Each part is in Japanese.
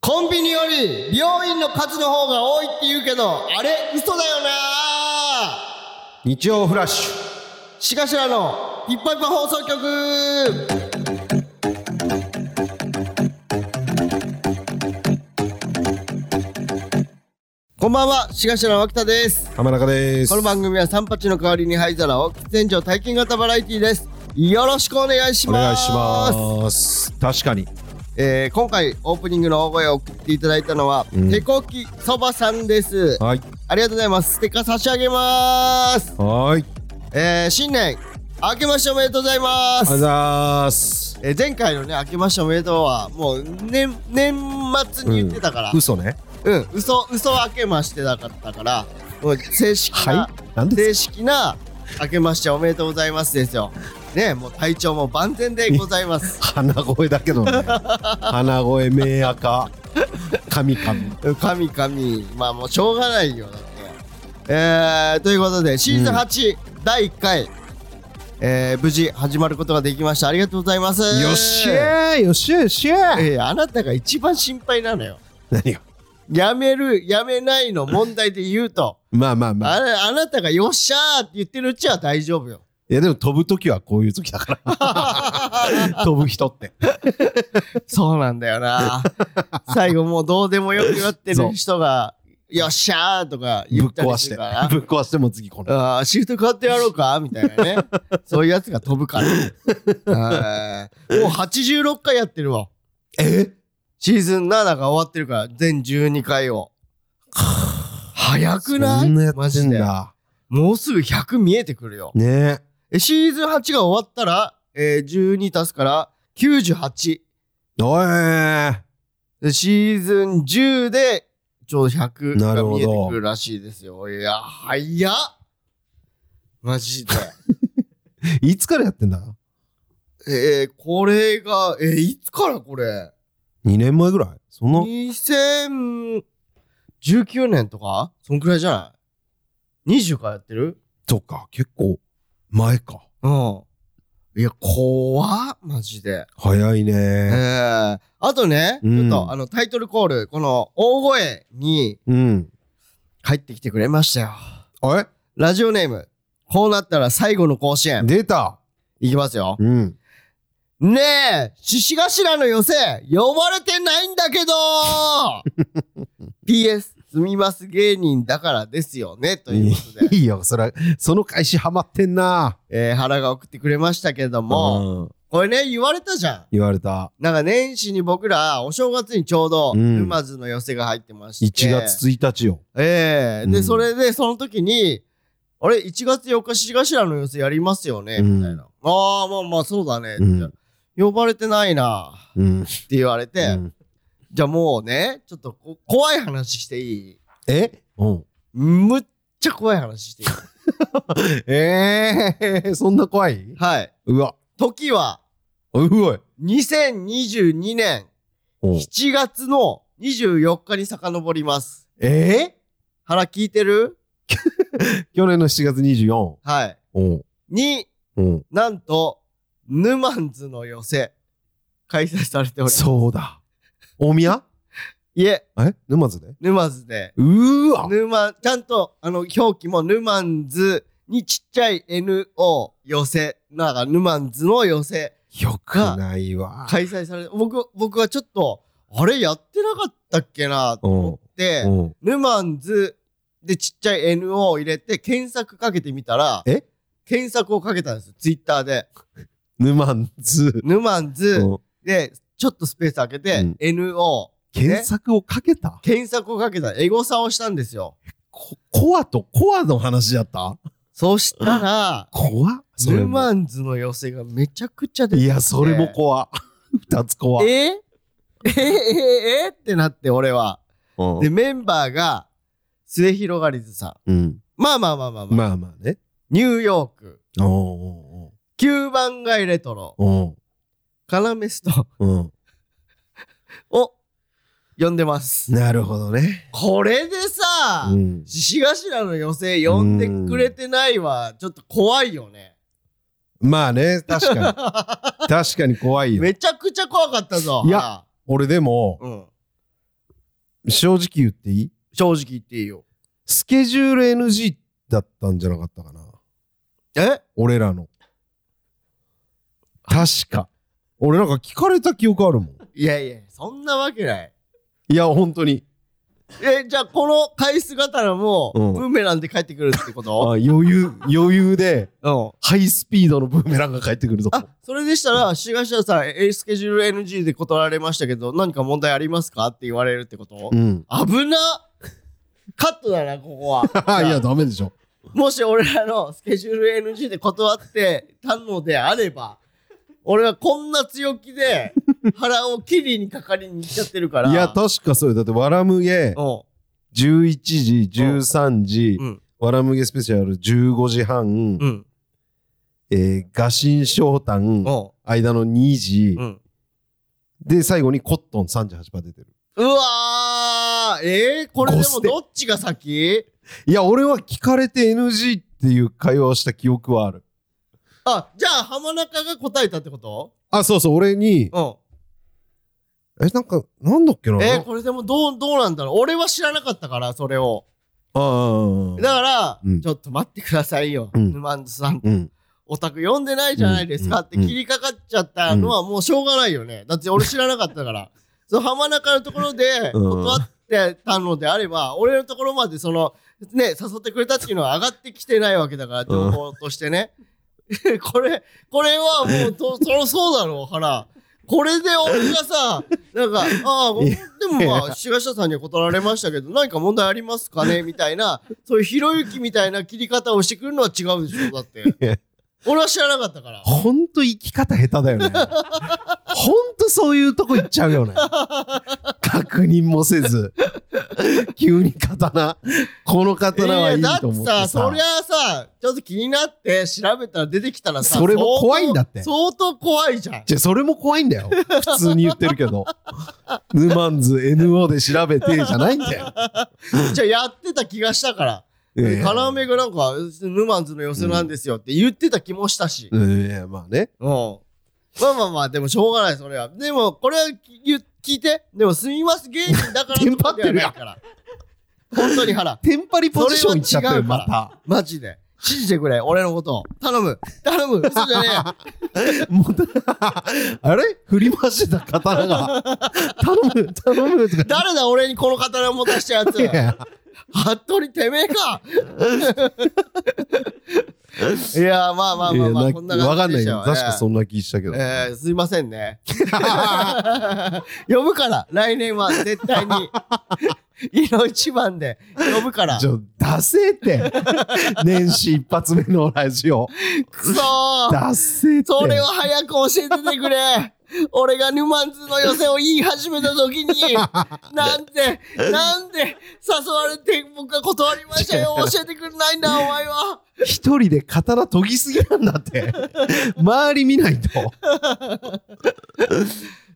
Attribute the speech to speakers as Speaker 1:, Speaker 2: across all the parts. Speaker 1: コンビニより美容院の数の方が多いって言うけど、あれ嘘だよな
Speaker 2: 日曜フラッシュ
Speaker 1: しかしらの、いっぱいいっぱい放送局こんばんは、しがしらの脇田です。
Speaker 2: 浜中です
Speaker 1: この番組は三八の代わりに灰皿を喫煙所体験型バラエティーです。よろしくお願いし
Speaker 2: お
Speaker 1: ます。
Speaker 2: 願いします確かに
Speaker 1: えー今回オープニングの大声を送っていただいたのは、
Speaker 2: うん
Speaker 1: 手こきそばさんです。
Speaker 2: はい
Speaker 1: ありがとうございます。ステッカー差し上げます。
Speaker 2: はーい
Speaker 1: えー新年、明けましておめでとうございま
Speaker 2: ありがとうご
Speaker 1: す。
Speaker 2: ざいます
Speaker 1: えー前回のね、明けましておめでとうは、もう年、年末に言ってたから、
Speaker 2: 嘘ね
Speaker 1: うん、嘘、嘘明けましてだったから、もう正式な、
Speaker 2: はいなんで
Speaker 1: 正式な、明けましておめでとうございますですよ。ね、もう体調も万全でございます。
Speaker 2: 鼻声だけ どね鼻声目赤神々
Speaker 1: 神々まあもうしょうがないよだってえー、ということでシーズン8、第1回、えー、無事始まることができましたありがとうございます
Speaker 2: よっしゃーよっしゃーよっしゃー
Speaker 1: えーあなたが一番心配なのよ
Speaker 2: 何が
Speaker 1: やめるやめないの問題で言うと
Speaker 2: まあまあまあ
Speaker 1: あれあなたがよっしゃーって言ってるうちは大丈 夫よ
Speaker 2: いやでも飛ぶ時はこういう時だから 飛ぶ人って
Speaker 1: そうなんだよな 最後もうどうでもよくなってる人がよっしゃーとか
Speaker 2: ぶ
Speaker 1: 言
Speaker 2: っ
Speaker 1: ったり
Speaker 2: 壊
Speaker 1: す
Speaker 2: して
Speaker 1: るから
Speaker 2: ぶっ壊しても次来ない
Speaker 1: あーシフト変わってやろう かみたいなね。そういうやつが飛ぶから。あーもう86回やってるわ。
Speaker 2: え
Speaker 1: シーズン7が終わってるから、全12回を。早
Speaker 2: そ
Speaker 1: く
Speaker 2: ん
Speaker 1: ない
Speaker 2: なや
Speaker 1: マ
Speaker 2: って
Speaker 1: ジ
Speaker 2: ん
Speaker 1: で。
Speaker 2: だ
Speaker 1: もうすぐ100見えてくるよ。
Speaker 2: ね
Speaker 1: えシーズン8が終わったら、えー12足すから98。
Speaker 2: えおいー
Speaker 1: でシーズン10で、ちょうど100
Speaker 2: な
Speaker 1: が
Speaker 2: るほ
Speaker 1: 見え
Speaker 2: ど
Speaker 1: てくるらしいですよ。いや、早っマジで。
Speaker 2: いつからやってんだ
Speaker 1: えー、これが、えー、いつからこれ
Speaker 2: 2年前ぐらいその
Speaker 1: ?2019 年とかそんくらいじゃない ?20 からやってる
Speaker 2: とか結構前か
Speaker 1: うん。いや、怖っマジで。
Speaker 2: 早い
Speaker 1: え
Speaker 2: ね
Speaker 1: ー、あとね、
Speaker 2: うん
Speaker 1: ちょっとあのタイトルコール、この大声に
Speaker 2: うん
Speaker 1: 帰ってきてくれましたよ。
Speaker 2: あれ
Speaker 1: ラジオネーム、こうなったら最後の甲子園。
Speaker 2: 出た
Speaker 1: いきますよ。
Speaker 2: うん
Speaker 1: ねえ、獅子頭の寄せ、呼ばれてないんだけど !PS、すみます芸人だからですよね、ということで、
Speaker 2: いいよそれその開始ハマってんな
Speaker 1: えー原が送ってくれましたけども、
Speaker 2: うん
Speaker 1: これね、言われたじゃん。
Speaker 2: 言われた
Speaker 1: なんか年始に僕ら、お正月にちょうど、
Speaker 2: うん
Speaker 1: 沼津の寄せが入ってまして。
Speaker 2: 1月1日よ
Speaker 1: ええで、
Speaker 2: うん
Speaker 1: それで、その時に、あれ、1月4日、獅子頭の寄せやりますよね、みたいな。ああ、まあまあ、そうだね。
Speaker 2: うん
Speaker 1: 呼ばれてないな、
Speaker 2: うん
Speaker 1: って言われて、
Speaker 2: うん
Speaker 1: じゃあもうね、ちょっとこ怖い話していい
Speaker 2: えうん
Speaker 1: むっちゃ怖い話していい
Speaker 2: ええそんな怖い
Speaker 1: はい。
Speaker 2: うわ
Speaker 1: 時は
Speaker 2: うわ
Speaker 1: 2022年7月の24日に遡ります。
Speaker 2: え
Speaker 1: 腹聞いてる
Speaker 2: ー、去年の7月24
Speaker 1: はい。
Speaker 2: うん
Speaker 1: に、
Speaker 2: うん
Speaker 1: なんと、ヌマンズの寄せ、開催されております。
Speaker 2: そうだ大宮
Speaker 1: いえ、
Speaker 2: え沼津で
Speaker 1: 沼津で。
Speaker 2: うーわ
Speaker 1: 沼、ちゃんと、あの、表記もヌマンズにちっちゃい NO 寄せ、なんかヌマンズの寄せ。
Speaker 2: よくないわ
Speaker 1: 開催されて僕僕はちょっとあれやってなかったっけなと思って
Speaker 2: うん
Speaker 1: ヌマンズでちっちゃい NO を入れて検索かけてみたら
Speaker 2: え
Speaker 1: 検索をかけたんですよツイッターで
Speaker 2: 沼津
Speaker 1: ヌマンズ
Speaker 2: うん
Speaker 1: でちょっとスペース開けて、
Speaker 2: うん
Speaker 1: NO
Speaker 2: 検索をかけた
Speaker 1: 検索をかけたエゴサをしたんですよ
Speaker 2: こコアとコアの話だった
Speaker 1: そしたら
Speaker 2: コアそれ
Speaker 1: ヌ
Speaker 2: も
Speaker 1: マンズの寄せがめちゃくちゃ出てき
Speaker 2: い
Speaker 1: て
Speaker 2: やそれもコア 二つコア
Speaker 1: え ええええってなって俺は
Speaker 2: うん
Speaker 1: でメンバーが末広がりずさん
Speaker 2: うん
Speaker 1: まあまあまあまあまあ、
Speaker 2: まあまあね
Speaker 1: ニューヨーク、
Speaker 2: おう
Speaker 1: 9番街レトロ、
Speaker 2: おうおう
Speaker 1: カラメスト
Speaker 2: おう
Speaker 1: を呼んでま
Speaker 2: う
Speaker 1: す。
Speaker 2: んなるほどね
Speaker 1: これでさ
Speaker 2: う、ん
Speaker 1: 獅子頭の寄せ呼んでくれてないは、ちょっと怖いよね。
Speaker 2: まあね確か に確かに怖いよ
Speaker 1: めちゃくちゃ怖かったぞ。
Speaker 2: いや俺でも
Speaker 1: うん。
Speaker 2: 正直言っていい
Speaker 1: 正直言っていいよ。
Speaker 2: スケジュール NG だったんじゃなかったかな
Speaker 1: え
Speaker 2: 俺らの確か俺なんか聞かれた記憶あるもん
Speaker 1: いやいや、そんなわけない。
Speaker 2: いや本当に
Speaker 1: え、じゃあこの返すらも、
Speaker 2: うん
Speaker 1: ブーメランで帰ってくるってこ
Speaker 2: あ
Speaker 1: と
Speaker 2: 余裕余裕で
Speaker 1: うん。
Speaker 2: ハイスピードのブーメランが返ってくるぞ
Speaker 1: あ、それでしたら、東田さん、えスケジュール NG で断られましたけど、何か問題ありますかって言われるってこと
Speaker 2: うん
Speaker 1: 危なカットだな、ここ は。
Speaker 2: いやダメでしょ
Speaker 1: もし俺らのスケジュール NG で断ってたのであれば、俺はこんな強気で腹を切りにかかりに行っちゃってるから。
Speaker 2: いや確かそうよだってわらむげ
Speaker 1: うん。
Speaker 2: 11時13時
Speaker 1: うん。
Speaker 2: わらむげスペシャル15時半
Speaker 1: うん。
Speaker 2: えー餓神昇
Speaker 1: う
Speaker 2: 誕
Speaker 1: ん。
Speaker 2: 間の2時
Speaker 1: うん。
Speaker 2: で最後にコットン38%出てる
Speaker 1: うわーえー、これでもどっちが先
Speaker 2: いや俺は聞かれて NG っていう会話をした記憶はある
Speaker 1: あ、じゃあ浜中が答えたってこと
Speaker 2: あそうそう俺に
Speaker 1: うん。
Speaker 2: えなんかなんだっけな
Speaker 1: えーこれでもどう、どうなんだろう俺は知らなかったから、それを。
Speaker 2: ああ
Speaker 1: だから、
Speaker 2: うん
Speaker 1: ちょっと待ってくださいよ、
Speaker 2: うん
Speaker 1: ヌマンズさん。
Speaker 2: うん
Speaker 1: オタク読んでないじゃないですか
Speaker 2: うん
Speaker 1: って切りかかっちゃったのはもうしょうがないよね。だって俺知らなかったから。 その浜中のところで
Speaker 2: うん
Speaker 1: 断ってたのであれば、俺のところまでその、ね、誘ってくれたっていうのは上がってきてないわけだから、情報としてね。 これ、これはもう と、そろそうだろう、腹。これで俺がさ、なんか、ああ、
Speaker 2: い
Speaker 1: で
Speaker 2: や
Speaker 1: もまあ、東田さんには断られましたけど、何か問題ありますかねみたいな、そういうひろゆきみたいな切り方をしてくるのは違うでしょ、だ って。俺は知らなかったから。
Speaker 2: ほんと生き方下手だ よねほんとそういうとこ行っちゃうよね確認もせず急に刀この刀はいい
Speaker 1: やだ
Speaker 2: と
Speaker 1: っ
Speaker 2: 思
Speaker 1: て
Speaker 2: って
Speaker 1: さ、
Speaker 2: さ
Speaker 1: そりゃあさ、ちょっと気になって調べたら出てきたらさ、
Speaker 2: それも
Speaker 1: 相当
Speaker 2: 怖いんだって
Speaker 1: 相当怖いじ ゃん。
Speaker 2: じゃあそれも怖いんだよ普通に言ってるけどヌマンズ NO で調べてじゃないんだよ
Speaker 1: じゃあやってた気がしたから。
Speaker 2: ええ
Speaker 1: カラメがなんか、ヌマンズの寄せなんですよって言ってた気もしたし。
Speaker 2: うんいやまあね
Speaker 1: うん。まあまあまあ、でもしょうがない、それは。でも、これはき言聞いて。でも、すみます芸人だから
Speaker 2: テンパってるやん
Speaker 1: とかではないから。本当に腹。
Speaker 2: テンパリポジションいっちゃった
Speaker 1: それ
Speaker 2: よ
Speaker 1: は違
Speaker 2: ま
Speaker 1: う
Speaker 2: た
Speaker 1: マジで。信じてくれ、俺のことを。頼む。頼む。嘘じゃねえ。
Speaker 2: もう あれ振り回してた刀が頼む頼むとか
Speaker 1: 誰だ、俺にこの刀を持たしたやつ
Speaker 2: い。や
Speaker 1: 服部てめえ かいやまあまあまあまあ
Speaker 2: いや
Speaker 1: こんな
Speaker 2: わか
Speaker 1: 感
Speaker 2: ん
Speaker 1: じでし
Speaker 2: ないけ
Speaker 1: ょ
Speaker 2: ど確かそ
Speaker 1: うん
Speaker 2: な気したけど、
Speaker 1: えー、すいませんね呼ぶから来年は絶対 にいの一番で呼ぶから
Speaker 2: ちょ出せって 年始一発目のラジオ
Speaker 1: くそー
Speaker 2: 出せって
Speaker 1: それを早く教えててくれ 俺がヌマンズの予選を言い始めた時 になんでなんで誘われて僕が断りましたよ教えてくれないんだお前は
Speaker 2: 一人で刀研ぎすぎなんだって周り見ないと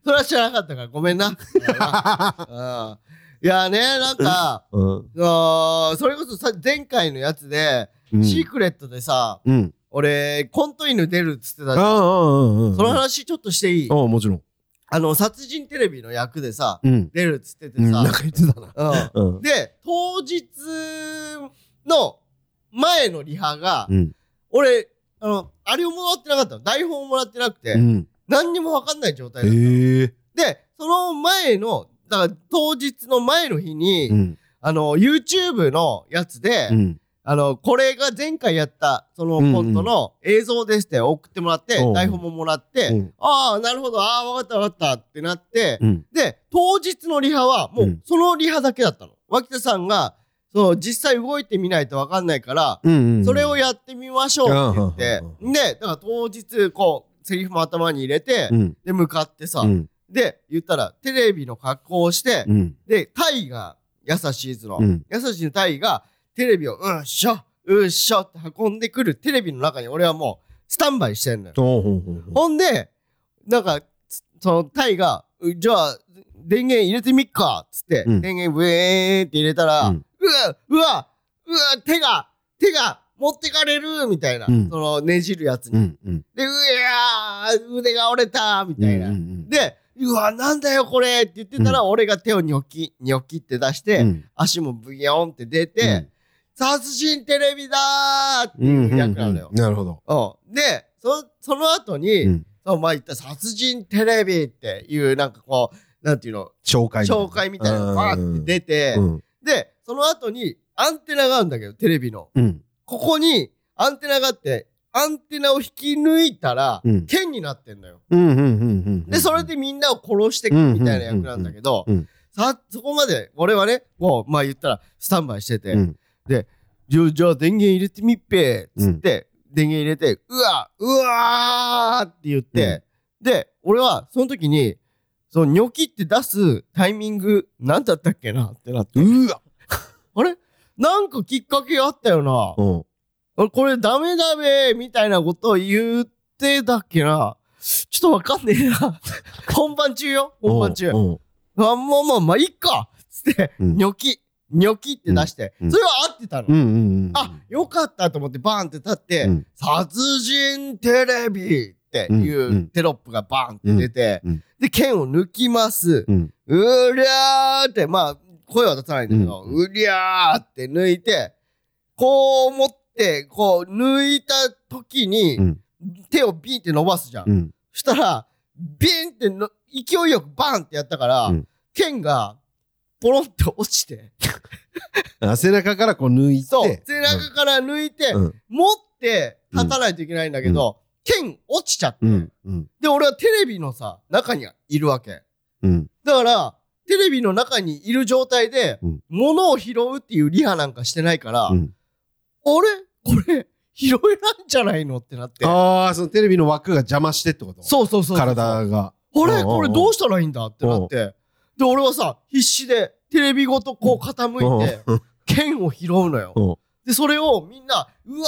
Speaker 1: それは知らなかったから、ご めんな。うんいやね、なんか、
Speaker 2: うん、
Speaker 1: あーそれこそさ前回のやつで、
Speaker 2: うん
Speaker 1: シークレットでさ、
Speaker 2: うん
Speaker 1: 俺、コント犬出るっつってた
Speaker 2: あ
Speaker 1: じゃん
Speaker 2: あうんうんうん
Speaker 1: その話ちょっとしていい
Speaker 2: ああもちろん
Speaker 1: あの、殺人テレビの役でさ、
Speaker 2: うん、
Speaker 1: 出るっつってて
Speaker 2: うん、
Speaker 1: さ
Speaker 2: なん、か言ってたな
Speaker 1: う
Speaker 2: うんん
Speaker 1: で、当日の前のリハが、
Speaker 2: うん
Speaker 1: 俺、あの、あれをもらってなかったの。台本をもらってなくて、
Speaker 2: うん
Speaker 1: 何にもわかんない状態だったの
Speaker 2: へえ
Speaker 1: で、その前の、だから当日の前の日に、
Speaker 2: うん
Speaker 1: あの、YouTube のやつで、
Speaker 2: うん
Speaker 1: あの、これが前回やった、その
Speaker 2: うんうん
Speaker 1: コントの映像ですって送ってもらって、
Speaker 2: うん
Speaker 1: 台本ももらって、
Speaker 2: うん
Speaker 1: ああ、なるほど、ああ、わかったわかったってなって、
Speaker 2: うん
Speaker 1: で、当日のリハは、も
Speaker 2: う、
Speaker 1: うんそのリハだけだったの。脇田さんが、その、実際動いてみないとわかんないから、
Speaker 2: うんうん
Speaker 1: それをやってみましょうって言
Speaker 2: うん
Speaker 1: って、で、だから当日、こう、セリフも頭に入れて
Speaker 2: う、ん
Speaker 1: で、向かってさ
Speaker 2: う、ん
Speaker 1: で、言ったら、テレビの格好をして、
Speaker 2: うん
Speaker 1: で、タイが、優しいズの、
Speaker 2: うん
Speaker 1: 優しいのタイが、テレビを、うんしょ、うんしょって運んでくるテレビの中に俺はもう、スタンバイしてんのよ。
Speaker 2: おうほうほうほう
Speaker 1: ほんで、なんか、つそのタイが、うじゃあ、電源入れてみっか、つって、
Speaker 2: うん
Speaker 1: 電源ウェーンって入れたら、う
Speaker 2: う
Speaker 1: わ
Speaker 2: ん、
Speaker 1: うわ、うわ、手が、手が、持ってかれるみたいな、
Speaker 2: うん
Speaker 1: その、ねじるやつに。
Speaker 2: うんうん
Speaker 1: で、うわー、腕が折れたみ
Speaker 2: うん
Speaker 1: たいな。
Speaker 2: うんうん
Speaker 1: で、うわ、なんだよこれって言ってたら、俺が手をニョキ、ニョキって出して、
Speaker 2: うん
Speaker 1: 足もブギョンって出て、殺人テレビだーって
Speaker 2: うんう
Speaker 1: いう
Speaker 2: んうんう
Speaker 1: 役
Speaker 2: ん
Speaker 1: なのよ。
Speaker 2: なるほど。
Speaker 1: うんで、そその後に、
Speaker 2: うん
Speaker 1: その前言った殺人テレビっていう、なんかこう、なんていうの、
Speaker 2: 紹介みたいな。
Speaker 1: 紹介みたいなのがバーって出て、
Speaker 2: うん
Speaker 1: で、その後にアンテナがあるんだけど、テレビの。
Speaker 2: うん
Speaker 1: ここにアンテナがあって、アンテナを引き抜いたら、
Speaker 2: うん
Speaker 1: 剣になってんのよ。
Speaker 2: うんうんうんうん
Speaker 1: で、それでみんなを殺していくみたいな役なんだけど
Speaker 2: うんうんうん、
Speaker 1: さ、そこまで俺はね、もう、まあ言ったら、スタンバイしてて、
Speaker 2: うん
Speaker 1: じゃあじゃあ電源入れてみっぺーっつって、電源入れてうわうわーって言って、で俺はその時にそのニョキって出すタイミング何だったっけなってなって
Speaker 2: うわ
Speaker 1: あれなんかきっかけあったよな、
Speaker 2: うん
Speaker 1: 俺これダメダメみたいなことを言ってたっけなちょっとわかんねえな 本番中よ本番中
Speaker 2: うん
Speaker 1: あもうまあまあいっかつって、
Speaker 2: うん
Speaker 1: ニョキニョキって出して、
Speaker 2: うんうん
Speaker 1: それは合ってたの、
Speaker 2: うんうんうん。
Speaker 1: あよかったと思ってバーンって立って、
Speaker 2: うん
Speaker 1: 殺人テレビってい
Speaker 2: んう
Speaker 1: うんテロップがバーンって出て、
Speaker 2: うんうん
Speaker 1: で剣を抜きます、
Speaker 2: うん
Speaker 1: うりゃーってまあ声は出さないんだけど、う
Speaker 2: うん
Speaker 1: りゃーって抜いてこう持ってこう抜いた時に、
Speaker 2: うん
Speaker 1: 手をビンって伸ばすじゃん、
Speaker 2: うん
Speaker 1: そしたらビンっての勢いよくバーンってやったから、
Speaker 2: うん
Speaker 1: 剣がポロンって落ちて
Speaker 2: あ背中からこう抜いて。
Speaker 1: そう背中から抜いて、
Speaker 2: うん
Speaker 1: 持って立たないといけないんだけど、剣落ちちゃって、
Speaker 2: うんうん
Speaker 1: で俺はテレビのさ中にいるわけ
Speaker 2: うん
Speaker 1: だからテレビの中にいる状態で、
Speaker 2: うん
Speaker 1: 物を拾うっていうリハなんかしてないから、
Speaker 2: うん。
Speaker 1: あれこれ拾えないんじゃないのってなって
Speaker 2: ああ、そのテレビの枠が邪魔してってこと
Speaker 1: そうそうそうそう
Speaker 2: 体が。
Speaker 1: あれ
Speaker 2: うんうんうん
Speaker 1: これどうしたらいいんだってなってで俺はさ必死でテレビごとこう傾いて
Speaker 2: うん
Speaker 1: 剣を拾うのよ
Speaker 2: うん
Speaker 1: でそれをみんなうわ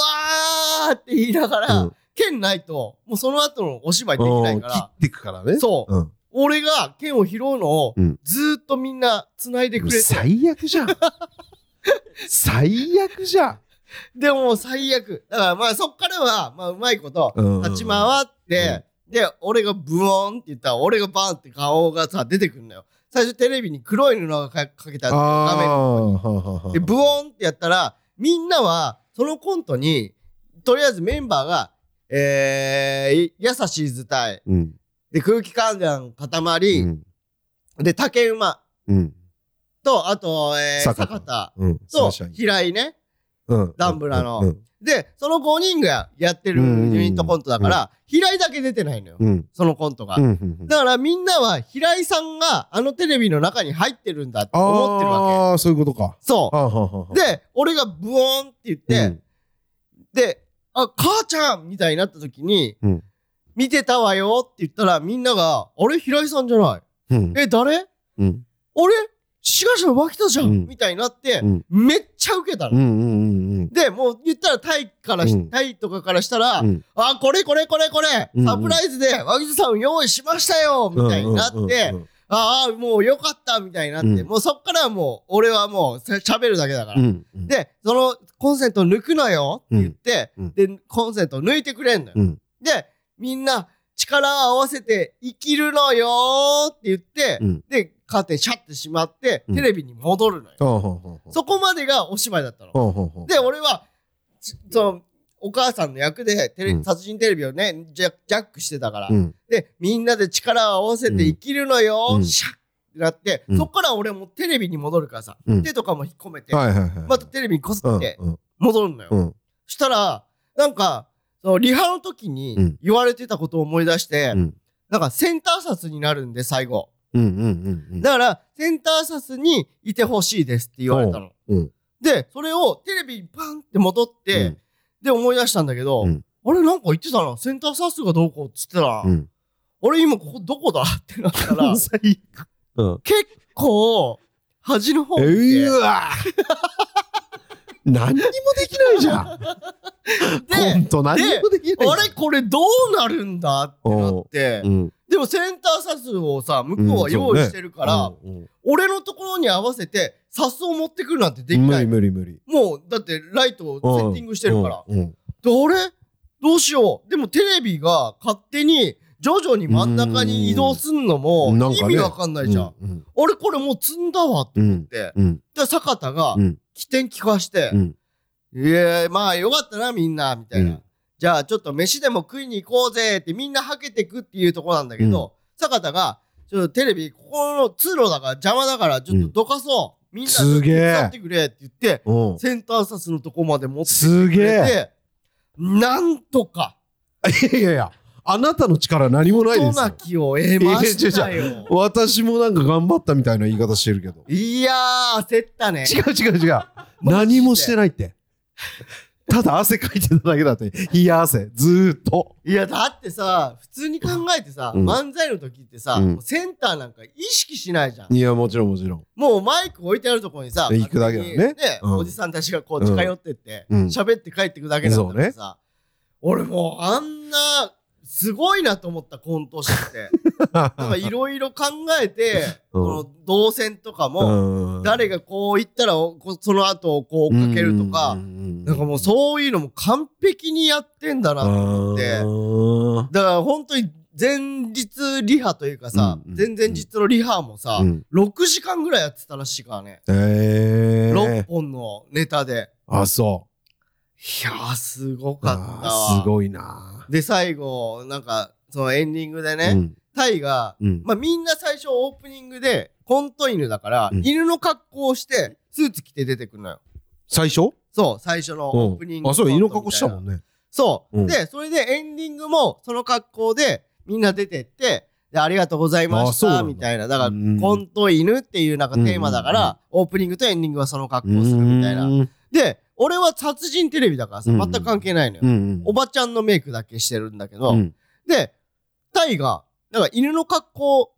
Speaker 1: ーって言いながら、
Speaker 2: うん
Speaker 1: 剣ないと、もうその後のお芝居できないか
Speaker 2: 切
Speaker 1: ら、
Speaker 2: ってくからね。
Speaker 1: そう、
Speaker 2: うん。
Speaker 1: 俺が剣を拾うのを
Speaker 2: うん
Speaker 1: ずーっとみんな繋いでくれて、
Speaker 2: 最悪じゃん。最悪じゃん。
Speaker 1: でももう最悪。だからまあそっからは、まあうまいこと
Speaker 2: うん
Speaker 1: 立ち回って、で、俺がブオーンって言ったら、俺がバーンって顔がさ、出てくるのよ。最初テレビに黒い布がかかけてあって画面
Speaker 2: ああ。
Speaker 1: で、ブオーンってやったら、みんなは、そのコントに、とりあえずメンバーが、えー、優しい図体、
Speaker 2: うん。
Speaker 1: で、空気感の塊、
Speaker 2: うん。
Speaker 1: で、竹馬
Speaker 2: うん。
Speaker 1: と、あと、えー、
Speaker 2: 坂
Speaker 1: 坂
Speaker 2: 田
Speaker 1: 田
Speaker 2: うん。
Speaker 1: と
Speaker 2: サンシャイン
Speaker 1: 平井ね。
Speaker 2: うん
Speaker 1: ダンブラの
Speaker 2: うん
Speaker 1: で、その5人がやってる
Speaker 2: うん
Speaker 1: ユニットコントだから、平井だけ出てないのよ。
Speaker 2: うん。
Speaker 1: そのコントが
Speaker 2: うん。う。ん。
Speaker 1: だからみんなは平井さんがあのテレビの中に入ってるんだって思ってるわけ。
Speaker 2: ああ、そういうことか。
Speaker 1: そ
Speaker 2: はあはあはあ
Speaker 1: う。、で、俺がブオーンって言って、で、あ、母ちゃんみたいになった時に、
Speaker 2: うん
Speaker 1: 見てたわよって言ったらみんなが、あれ平井さんじゃない
Speaker 2: うん。うん。
Speaker 1: え、誰
Speaker 2: うん。
Speaker 1: 俺志賀社の脇田じゃん、
Speaker 2: うん
Speaker 1: みたいになって、
Speaker 2: うん
Speaker 1: めっちゃウケたの。
Speaker 2: うん。うん。うん。
Speaker 1: で、もう言ったらタイからし、
Speaker 2: うん
Speaker 1: タイとかからしたら、
Speaker 2: うん
Speaker 1: あ、これこれこれこれ、
Speaker 2: うんうん
Speaker 1: サプライズで脇田さんを用意しましたよみたいになって、
Speaker 2: うんうん
Speaker 1: ああ、もうよかったみたいになって、
Speaker 2: うん
Speaker 1: もうそっからはもう俺はもうせ喋るだけだから。
Speaker 2: うんうんうん、
Speaker 1: で、そのコンセント抜くのよって言って、
Speaker 2: うん
Speaker 1: で、コンセント抜いてくれんのよ。
Speaker 2: うん
Speaker 1: で、みんな力を合わせて生きるのよーって言って、
Speaker 2: うん
Speaker 1: で、カーテンシャッてしまって、
Speaker 2: うん
Speaker 1: テレビに戻るのよ。
Speaker 2: ほうほうほうほう
Speaker 1: そこまでがお芝居だったの。
Speaker 2: ほうほうほう
Speaker 1: で、俺は、ちその、お母さんの役でテレ、
Speaker 2: うん
Speaker 1: 殺人テレビをね、ジャジャックしてたから、
Speaker 2: うん
Speaker 1: で、みんなで力を合わせて生きるのよ、
Speaker 2: うん
Speaker 1: シャッってなって、
Speaker 2: うん
Speaker 1: そっから俺もテレビに戻るからさ、
Speaker 2: うん
Speaker 1: 手とかも引っ込めて、
Speaker 2: はいはいはい
Speaker 1: またテレビにこす
Speaker 2: うん
Speaker 1: って
Speaker 2: うん
Speaker 1: 戻るのよ。
Speaker 2: うん
Speaker 1: したら、なんか、そのリハの時
Speaker 2: う
Speaker 1: に
Speaker 2: ん
Speaker 1: 言われてたことを思い出して、
Speaker 2: うん
Speaker 1: なんかセンター札になるんで、最後。
Speaker 2: うんうんうん
Speaker 1: だから、センター札にいてほしいですって言われたの。
Speaker 2: うん
Speaker 1: で、それをテレビにバンって戻って、
Speaker 2: うん
Speaker 1: で思い出したんだけど、
Speaker 2: うん
Speaker 1: あれなんか言ってたな、センター札がどうこうっつってたな、
Speaker 2: うん
Speaker 1: 俺今ここどこだってなったら、結
Speaker 2: 最悪うん
Speaker 1: 構、端の方
Speaker 2: え
Speaker 1: 見て
Speaker 2: うわ何にもできないじゃんコン
Speaker 1: で、
Speaker 2: ト何にもできない
Speaker 1: あれこれどうなるんだってなって、
Speaker 2: うん
Speaker 1: でもセンター札をさ、向こうは用意してるから、
Speaker 2: うんうん
Speaker 1: 俺のところに合わせて札を持ってくるなんてでき
Speaker 2: 無
Speaker 1: ない。
Speaker 2: 理無理無理
Speaker 1: もう、だってライトをセッティングしてるから。
Speaker 2: うんうん
Speaker 1: であれどうしよう。でもテレビが勝手に徐々に真ん中に移動すんのも
Speaker 2: うんなん
Speaker 1: 意
Speaker 2: かね
Speaker 1: 味わかんないじゃん。
Speaker 2: うん
Speaker 1: 俺これもう積んだわっ
Speaker 2: うん
Speaker 1: て。
Speaker 2: うん
Speaker 1: で、坂田が
Speaker 2: うん
Speaker 1: 起点聞かして
Speaker 2: う、ん
Speaker 1: いやまあよかったなみんな、みたいな。
Speaker 2: うん
Speaker 1: じゃあちょっと飯でも食いに行こうぜってみんなはけてくっていうところなんだけど、坂田が、ちょっとテレビ、ここの通路だから邪魔だからちょっとどかそう。みんなちょっ
Speaker 2: す
Speaker 1: と
Speaker 2: げ
Speaker 1: 手
Speaker 2: え
Speaker 1: 伝ってくれって言って、
Speaker 2: うん
Speaker 1: センター札のとこまで持って
Speaker 2: す
Speaker 1: く
Speaker 2: げ
Speaker 1: れ
Speaker 2: え
Speaker 1: て、なんとか、
Speaker 2: いやいやいやあなたの力何もない
Speaker 1: 人
Speaker 2: です
Speaker 1: な
Speaker 2: よ
Speaker 1: きを得ましたよ。
Speaker 2: 私もなんか頑張ったみたいな言い方してるけど
Speaker 1: いやー、焦ったね。
Speaker 2: 違う違う違う何もしてないってただ汗かいてただけだって冷や汗ずーっと
Speaker 1: いや、だってさ、普通に考えてさ、
Speaker 2: うん
Speaker 1: 漫才の時ってさ、
Speaker 2: うん
Speaker 1: もうセンターなんか意識しないじゃん。
Speaker 2: いやもちろんもちろん
Speaker 1: もうマイク置いてあるところにさ、
Speaker 2: 行くだけだね
Speaker 1: 勝手に
Speaker 2: うん
Speaker 1: おじさんたちがこう近寄ってって、
Speaker 2: うん
Speaker 1: 喋、って帰ってくだけなんだからさ、俺もうあんな、すごいなと思ったコント師って。なんかいろいろ考えて、
Speaker 2: うん
Speaker 1: この動線とかも、誰がこう言ったら、おこその後をこう追っかけるとか、なんかもうそういうのも完璧にやってんだな。って
Speaker 2: 思
Speaker 1: だから本当に前日リハというかさ、
Speaker 2: うん
Speaker 1: 前々日のリハもさ、6時間ぐらいやってたらしいからね。
Speaker 2: え
Speaker 1: 6
Speaker 2: ー、
Speaker 1: 本のネタで。
Speaker 2: あそ
Speaker 1: いやー、すご
Speaker 2: う
Speaker 1: かった
Speaker 2: あー
Speaker 1: わ。
Speaker 2: すごいな
Speaker 1: で、最後、なんか、そのエンディングでね、
Speaker 2: うん
Speaker 1: タイが、
Speaker 2: うん
Speaker 1: まあみんな最初オープニングで、コント犬だから、
Speaker 2: うん
Speaker 1: 犬の格好をして、スーツ着て出てくるのよ。
Speaker 2: 最初
Speaker 1: そう、最初のオープニング
Speaker 2: あ
Speaker 1: コント
Speaker 2: そう
Speaker 1: みたいな。
Speaker 2: 犬の格好したもんね
Speaker 1: そう、
Speaker 2: うん
Speaker 1: で、それでエンディングもその格好でみんな出てって、でありがとうございま
Speaker 2: あ
Speaker 1: し
Speaker 2: そうな
Speaker 1: た
Speaker 2: んだ
Speaker 1: みたいな。だから、
Speaker 2: うん
Speaker 1: コント犬っていうなんかテーマだから、オープニングとエンディングはその格好をするみたいな。
Speaker 2: うん
Speaker 1: で、俺は殺人テレビだからさ、
Speaker 2: うん
Speaker 1: 全く関係ないのよ。
Speaker 2: うん
Speaker 1: おばちゃんのメイクだけしてるんだけど、
Speaker 2: うん
Speaker 1: で、タイが、なんか犬の格好、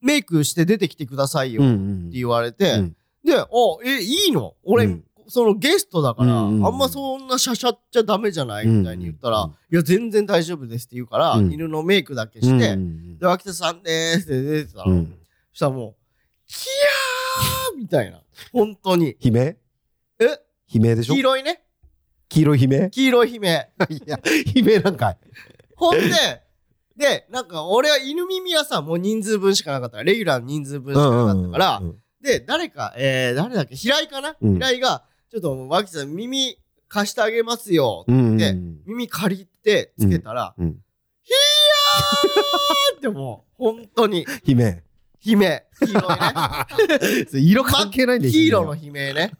Speaker 1: メイクして出てきてくださいよ
Speaker 2: う
Speaker 1: って
Speaker 2: ん
Speaker 1: 言われて、
Speaker 2: うん
Speaker 1: で、あ、え、いいの俺、
Speaker 2: うん
Speaker 1: そのゲストだから、
Speaker 2: うんうんうん
Speaker 1: あんまそんなしゃしゃっちゃダメじゃないみたいに言ったら、
Speaker 2: うんうん
Speaker 1: いや、全然大丈夫ですって言うから、
Speaker 2: うん
Speaker 1: 犬のメイクだけ
Speaker 2: う
Speaker 1: し
Speaker 2: ん
Speaker 1: て、
Speaker 2: うん
Speaker 1: で、秋田さんでーすって出てた
Speaker 2: う
Speaker 1: の。
Speaker 2: ん
Speaker 1: そしたらもう、キヤーみたいな。本当に。
Speaker 2: 悲鳴
Speaker 1: え
Speaker 2: 悲鳴でしょ
Speaker 1: 黄色いね。
Speaker 2: 黄色い悲鳴
Speaker 1: 黄色い悲鳴。
Speaker 2: いや悲鳴なんかい
Speaker 1: ほんで、で、なんか俺は犬耳はさ、もう人数分しかなかったから、レギュラーの人数分しかなかったから、で、誰か、えー、誰だっけ平井かな、
Speaker 2: うん
Speaker 1: 平井が、ちょっと、脇さん耳貸してあげますよ。
Speaker 2: うん
Speaker 1: で耳借りてつけたら、
Speaker 2: うんうん
Speaker 1: ひやーってもう、本当に、
Speaker 2: 悲鳴
Speaker 1: 悲鳴。黄色いね。
Speaker 2: それ色関係ないんだよ
Speaker 1: ヒーローの悲鳴ね。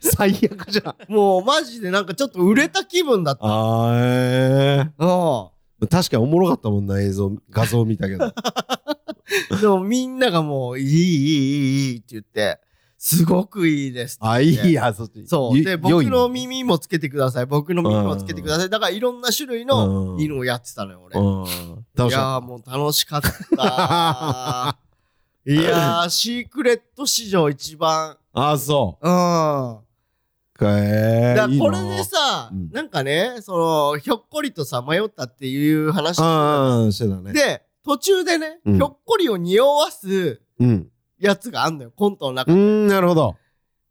Speaker 2: 最悪じゃん
Speaker 1: もうマジでなんかちょっと売れた気分だった。
Speaker 2: あーえ
Speaker 1: うん
Speaker 2: ー確かにおもろかったもんな映像画像見たけど
Speaker 1: でもみんながもう、いい、いい、いい、いいって言って、すごくいいですって
Speaker 2: あいいやそっち
Speaker 1: そう。
Speaker 2: ゆ
Speaker 1: で、
Speaker 2: 良
Speaker 1: 僕
Speaker 2: いね
Speaker 1: の耳もつけてください。僕の耳もつけてください。だからいろんな種類の
Speaker 2: うん
Speaker 1: 犬をやってたのよ、俺。
Speaker 2: うん楽
Speaker 1: い
Speaker 2: しか
Speaker 1: やーもう楽しか った。いやー、シークレット史上一番。
Speaker 2: ったあそ
Speaker 1: うん。
Speaker 2: うへえ
Speaker 1: だから
Speaker 2: いいな
Speaker 1: これでさ
Speaker 2: うん、
Speaker 1: なんかね、その、ひょっこりとさ、迷ったっていう話。
Speaker 2: ああしてたね
Speaker 1: で、途中でね、
Speaker 2: うん
Speaker 1: ひょっこりを匂わす
Speaker 2: うん
Speaker 1: やつがあんのよ、コントの中
Speaker 2: う
Speaker 1: で。
Speaker 2: んなるほど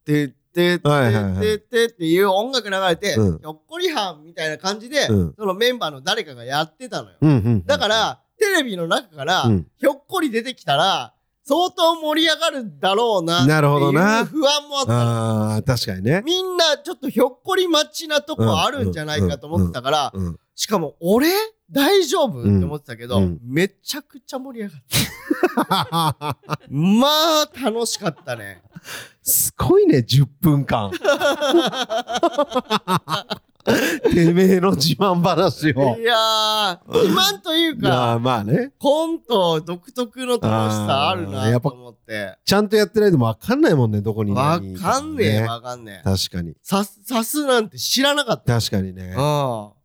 Speaker 1: てってって
Speaker 2: はいはいは
Speaker 1: っ
Speaker 2: い
Speaker 1: てってっていう音楽流れて、ひ
Speaker 2: うん
Speaker 1: ょっこりはんみたいな感じで、
Speaker 2: うん
Speaker 1: そのメンバーの誰かがやってたのよ。
Speaker 2: うんうん
Speaker 1: だから、テレビの中から、
Speaker 2: うん
Speaker 1: ひょっこり出てきたら、相当盛り上がるだろうな、
Speaker 2: なるほどな
Speaker 1: 不安もあったの。
Speaker 2: あー確かにね
Speaker 1: みんなちょっとひょっこり待ちなとこあるんじゃないかと思ってたから、
Speaker 2: うん
Speaker 1: しかも俺大丈夫、
Speaker 2: うん
Speaker 1: って思ってたけど、
Speaker 2: うん
Speaker 1: めちゃくちゃ盛り上が った。まあ、楽しかったね。
Speaker 2: すごいね、10分間。てめえの自慢話を
Speaker 1: い。やー、自慢という
Speaker 2: ま
Speaker 1: か、
Speaker 2: あまあね。
Speaker 1: コント独特の楽しさある
Speaker 2: あーや
Speaker 1: な
Speaker 2: っぱ
Speaker 1: と思って。
Speaker 2: ちゃんとやってないとわかんないもんね、どこに
Speaker 1: わ
Speaker 2: 何
Speaker 1: かんねえ、
Speaker 2: ね
Speaker 1: わかんねえ。
Speaker 2: 確かに。
Speaker 1: さ、さすなんて知らなかった。
Speaker 2: 確かにね。確
Speaker 1: う
Speaker 2: か
Speaker 1: ん。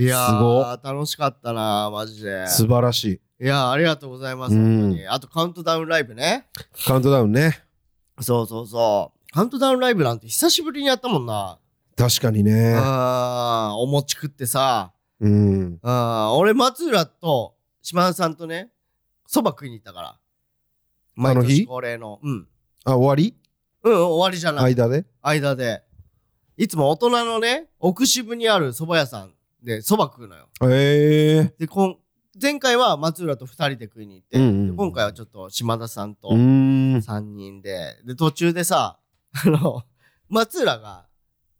Speaker 1: いや
Speaker 2: すご
Speaker 1: ー、楽しかったな、マジで
Speaker 2: に。。素晴らしい。
Speaker 1: いやー、ありがとうございます、
Speaker 2: うん
Speaker 1: 本当に。あと、カウントダウンライブね。
Speaker 2: カウントダウンね。
Speaker 1: そうそうそう。カウントダウンライブなんて久しぶりにやったもんな。
Speaker 2: 確かにね。
Speaker 1: あーお餅食ってさ。
Speaker 2: うん。
Speaker 1: あー俺、松浦と島田さんとね、そば食いに行ったから。毎
Speaker 2: の日
Speaker 1: 年恒例の。うん。
Speaker 2: あ、終わり
Speaker 1: うん、うん終わりじゃない。
Speaker 2: 間で
Speaker 1: 間で。いつも大人のね、奥渋にある蕎麦屋さんで、そば食うのよ。
Speaker 2: え
Speaker 1: で、こん前回は松浦と2人で食いに行って、
Speaker 2: うんうん
Speaker 1: で今回はちょっと島田さんと
Speaker 2: えー。う ーん。
Speaker 1: 3人で、で、途中でさ、あの、松浦が、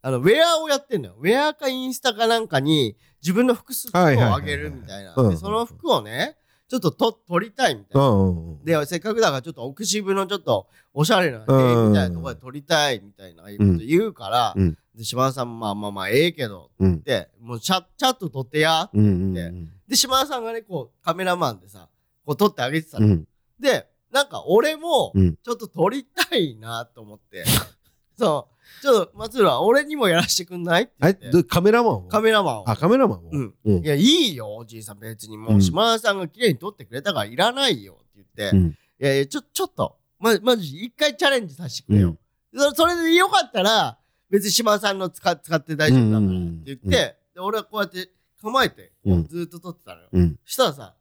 Speaker 1: あの、ウェアをやってんのよ。ウェアかインスタかなんかに、自分の服す服を
Speaker 2: はいはいはいは
Speaker 1: あ
Speaker 2: い
Speaker 1: げるみたいな。
Speaker 2: うんうんう
Speaker 1: で、
Speaker 2: ん
Speaker 1: その服をね、ちょっとと取りたいみたいな。
Speaker 2: うん。
Speaker 1: で、せっかくだからちょっと奥渋のちょっとおしゃれな絵みたいなところで撮りたいみたいないうこと言うから、
Speaker 2: うん
Speaker 1: で島田さんもまあまあまあええけど
Speaker 2: うん
Speaker 1: っ。て、もうチャチャッと撮ってや。
Speaker 2: うんうんう
Speaker 1: で
Speaker 2: ん。
Speaker 1: で、島田さんがね、こうカメラマンでさ、こう撮ってあげてた
Speaker 2: う
Speaker 1: の。
Speaker 2: ん。
Speaker 1: で、なんか俺も
Speaker 2: うん
Speaker 1: ちょっと撮りたいなと思って、 そう、ちょっと松浦俺にもやらしてくんないって
Speaker 2: あれ
Speaker 1: 言って
Speaker 2: どカメラマンを
Speaker 1: カメラマンを。
Speaker 2: あ、カメラマンを
Speaker 1: うん。
Speaker 2: うん
Speaker 1: い。や、いいよ、おじいさん、別にも
Speaker 2: う
Speaker 1: う、
Speaker 2: ん
Speaker 1: 島田さんが綺麗に撮ってくれたからいらないよって言って、
Speaker 2: うん
Speaker 1: いやいや、ちょ、ちょっと、ま、まじ、一回チャレンジさせてくれ
Speaker 2: う
Speaker 1: よ
Speaker 2: ん。
Speaker 1: そそれでよかったら、別に島田さんの使使って大丈夫だからって言って、
Speaker 2: うんうんうん
Speaker 1: で、俺はこうやって構えて、
Speaker 2: うん
Speaker 1: ずーっと撮ってたのよ。
Speaker 2: うん。
Speaker 1: したらさ、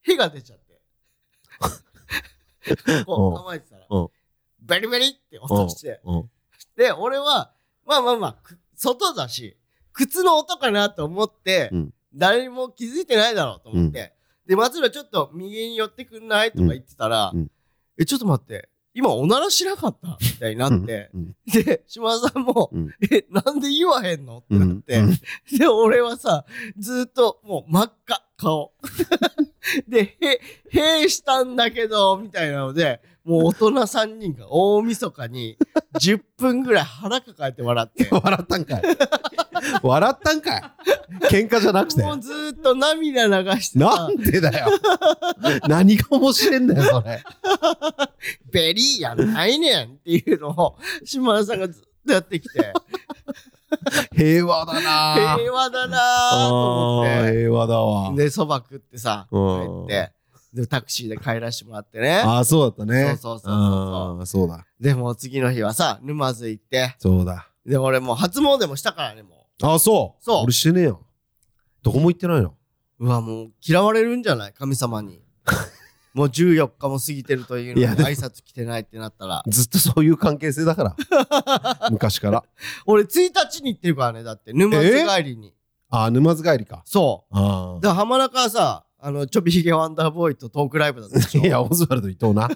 Speaker 1: 火が出ちゃ って、こ
Speaker 2: お
Speaker 1: う
Speaker 2: う
Speaker 1: 構えてたら
Speaker 2: おう、
Speaker 1: ベリベリって音して、
Speaker 2: うん。
Speaker 1: で、俺は、まあまあまあ、く外だし、靴の音かなと思って、
Speaker 2: うん
Speaker 1: 誰にも気づいてないだろうと思って、で、松浦ちょっと右に寄ってくんないとか言ってたら、
Speaker 2: うんうん
Speaker 1: え、ちょっと待って、今おならしなかったみたいになって、
Speaker 2: うん
Speaker 1: で、島田さんも、
Speaker 2: うん
Speaker 1: え、なんで言わへんのってなって、
Speaker 2: うん
Speaker 1: で、俺はさ、ずーっともう真っ赤、顔。 で、へ、へーしたんだけど、みたいなので、もう大人3人が大晦日に10分ぐらい腹抱えて笑って、
Speaker 2: 笑ったんかい。笑ったんかい。喧嘩じゃなくて。
Speaker 1: もうずーっと涙流して
Speaker 2: な
Speaker 1: さ
Speaker 2: ん、でだよ。何が面白いんだよ、それ。
Speaker 1: ベリーやないねんっていうのを、島田さんがずっとやってきて、
Speaker 2: 平和だな
Speaker 1: 平和だなーと思
Speaker 2: あ
Speaker 1: っ
Speaker 2: ー
Speaker 1: て、
Speaker 2: 平和だわ。
Speaker 1: で、そば食ってさ、
Speaker 2: う
Speaker 1: 帰
Speaker 2: ん
Speaker 1: って、で、タクシーで帰らせてもらってね。
Speaker 2: ああ、そうだった
Speaker 1: そう
Speaker 2: ね。
Speaker 1: そうそうそう
Speaker 2: あーそうだ。
Speaker 1: でも次の日はさ、沼津行って、
Speaker 2: そうだ。
Speaker 1: で、俺もう初詣もしたからね、も
Speaker 2: ああ、そう。
Speaker 1: そう
Speaker 2: 俺してねえよ。どこも行ってないの。
Speaker 1: う。うわ、もう嫌われるんじゃない神様 に。もう14日も過ぎてるというのに
Speaker 2: いやでも
Speaker 1: 挨拶来てないってなったら。
Speaker 2: ずっとそういう関係性だ から。昔から。
Speaker 1: 俺1日に行ってるからね、だって。沼津帰りに。
Speaker 2: ああ、沼津帰りか。
Speaker 1: そ
Speaker 2: あ
Speaker 1: う。
Speaker 2: あ。
Speaker 1: だから浜中はさ、あの、ちょびひげワンダーボーイとトークライブだったでしょ。
Speaker 2: いや、オズワルド伊藤な。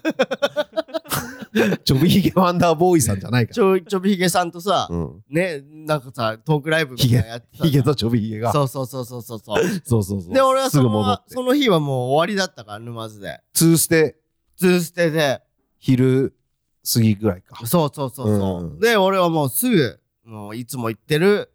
Speaker 2: ちょびひげワンダーボーイさんじゃないか
Speaker 1: ちょ、ちょびひげさんとさ
Speaker 2: ら。、うん。
Speaker 1: ね、なんかさ、トークライブみたいなのやってた
Speaker 2: ひ
Speaker 1: じゃ
Speaker 2: げ
Speaker 1: ん。
Speaker 2: とちょびひげが。
Speaker 1: そうそうそうそうそうそう。
Speaker 2: そうそうそう。
Speaker 1: で、俺は
Speaker 2: す
Speaker 1: そ
Speaker 2: ぐ
Speaker 1: の
Speaker 2: 戻っ
Speaker 1: ま
Speaker 2: て
Speaker 1: そ。の日はもう終わりだったから、沼津で。
Speaker 2: ツーステ、
Speaker 1: ツーステで。
Speaker 2: 昼過ぎぐらいか。
Speaker 1: そうそうそうそう。
Speaker 2: うん
Speaker 1: で、俺はもうすぐ、もういつも行ってる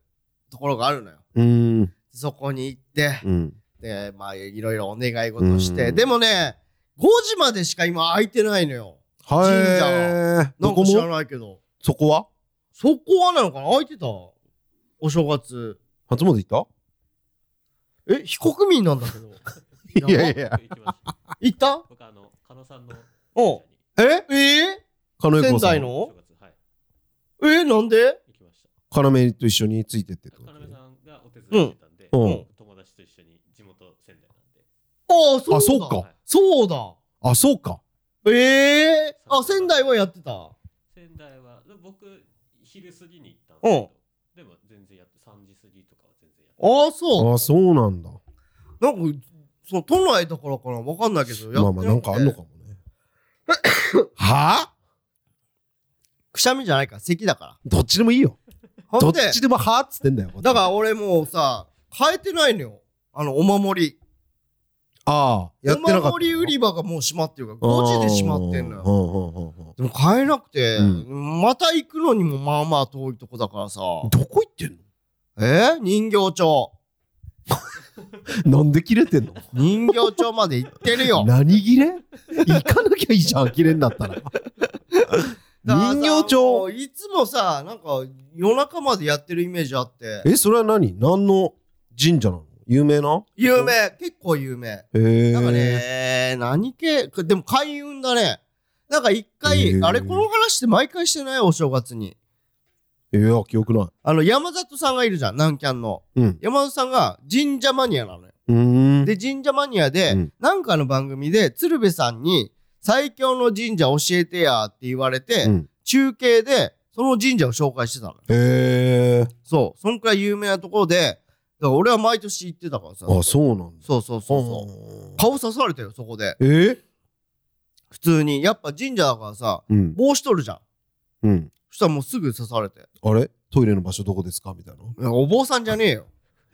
Speaker 1: ところがあるのよ。
Speaker 2: うん。
Speaker 1: そこに行って、
Speaker 2: うん。
Speaker 1: で、まあ、いろいろお願い事して、
Speaker 2: うん
Speaker 1: でもね、5時までしか今空いてないのよ。
Speaker 2: は
Speaker 1: 神社
Speaker 2: い。
Speaker 1: な
Speaker 2: ど
Speaker 1: んか
Speaker 2: こ
Speaker 1: 知ら
Speaker 2: も
Speaker 1: ないけど。
Speaker 2: そこは
Speaker 1: そこはなのかな空いてたお正月。
Speaker 2: 初詣行っ
Speaker 1: え、非国民なんだけど。
Speaker 2: た いやいや。
Speaker 3: 行きました。
Speaker 1: 行った
Speaker 3: 僕あの、狩野さんの。
Speaker 1: おう
Speaker 2: え
Speaker 1: え
Speaker 2: 金
Speaker 1: ー、
Speaker 2: 井
Speaker 1: 仙
Speaker 2: 子さ
Speaker 1: 台
Speaker 2: ん。
Speaker 1: の
Speaker 3: 正月はい。
Speaker 1: えー、なんで
Speaker 3: 行きました。
Speaker 2: 金目と一緒についてってってこと
Speaker 3: 要さんがお手伝いしてたんで、
Speaker 2: うん
Speaker 1: うん
Speaker 3: 友達と一緒に地元仙台なんで。
Speaker 1: ああ、そうだ。
Speaker 2: あそうか
Speaker 3: はい
Speaker 1: そうだ。
Speaker 2: あ、そうか。
Speaker 1: えー、あ、仙台はやってた。
Speaker 3: 仙台は僕昼過ぎに行ったんですけど、でも全然やって3時過ぎとかは全然やって。
Speaker 1: ああ、そう。
Speaker 2: あ、そうなんだ。
Speaker 1: なんか、その都内だからかな、わかんないけど、
Speaker 2: まあまあ、なんかあんの
Speaker 1: か。
Speaker 2: かもね。はあ
Speaker 1: くしゃみじゃないから、咳だか
Speaker 2: どっちでもいいよ。
Speaker 1: ら。ほ
Speaker 2: ど
Speaker 1: ん
Speaker 2: っ
Speaker 1: で、
Speaker 2: ちでもはあっつってんだよ。
Speaker 1: だから
Speaker 2: あ
Speaker 1: 俺もうさ、変えてないのよ。あの、お守り。
Speaker 2: あ、やってなかった。
Speaker 1: お守り売り場がもう閉まってるから、5時で閉まってんのよ。
Speaker 2: よ。うんうんうんうん
Speaker 1: でも買えなくて、
Speaker 2: う
Speaker 1: また行くのにもまあまあ遠いとこだからさ。
Speaker 2: どこ行ってん
Speaker 1: えー人形町。
Speaker 2: のなんで切れてんの
Speaker 1: 人形町まで行ってるよ。
Speaker 2: 何切れ行かなきゃいいじゃん、切れんだっ たら。
Speaker 1: だからさ
Speaker 2: 人形町
Speaker 1: もういつもさ、なんか夜中までやってるイメージあって。
Speaker 2: え、それは何何の神社なの有名な
Speaker 1: 有名。結構有名。
Speaker 2: へえ。
Speaker 1: なんかね、何系かでも開運だね。なんか一回、
Speaker 2: へー
Speaker 1: あれ、この話って毎回してないお正月に。
Speaker 2: いや、記憶ない。
Speaker 1: あの、山里さんがいるじゃん、南キャンの。
Speaker 2: うん。
Speaker 1: 山里さんが神社マニアなのよ。
Speaker 2: うーん。
Speaker 1: で、神社マニアで、
Speaker 2: うん
Speaker 1: なんかの番組で、鶴瓶さんに、最強の神社教えてやって言われて、
Speaker 2: うん
Speaker 1: 中継で、その神社を紹介してたのよ。
Speaker 2: へえ。
Speaker 1: そう。そんくらい有名なところで、から俺は毎年行ってたからさ。
Speaker 2: あ、そうなんだ。
Speaker 1: そうそうそうそう。顔刺されたよ、そこで。
Speaker 2: うんえ
Speaker 1: 普通に。やっぱ神社だからさ、
Speaker 2: うん。
Speaker 1: 帽子取るじゃん。
Speaker 2: うん。
Speaker 1: そしたらもうすぐ刺されて。
Speaker 2: あれトイレの場所どこですかみたい
Speaker 1: いやお坊さんじゃねえよ。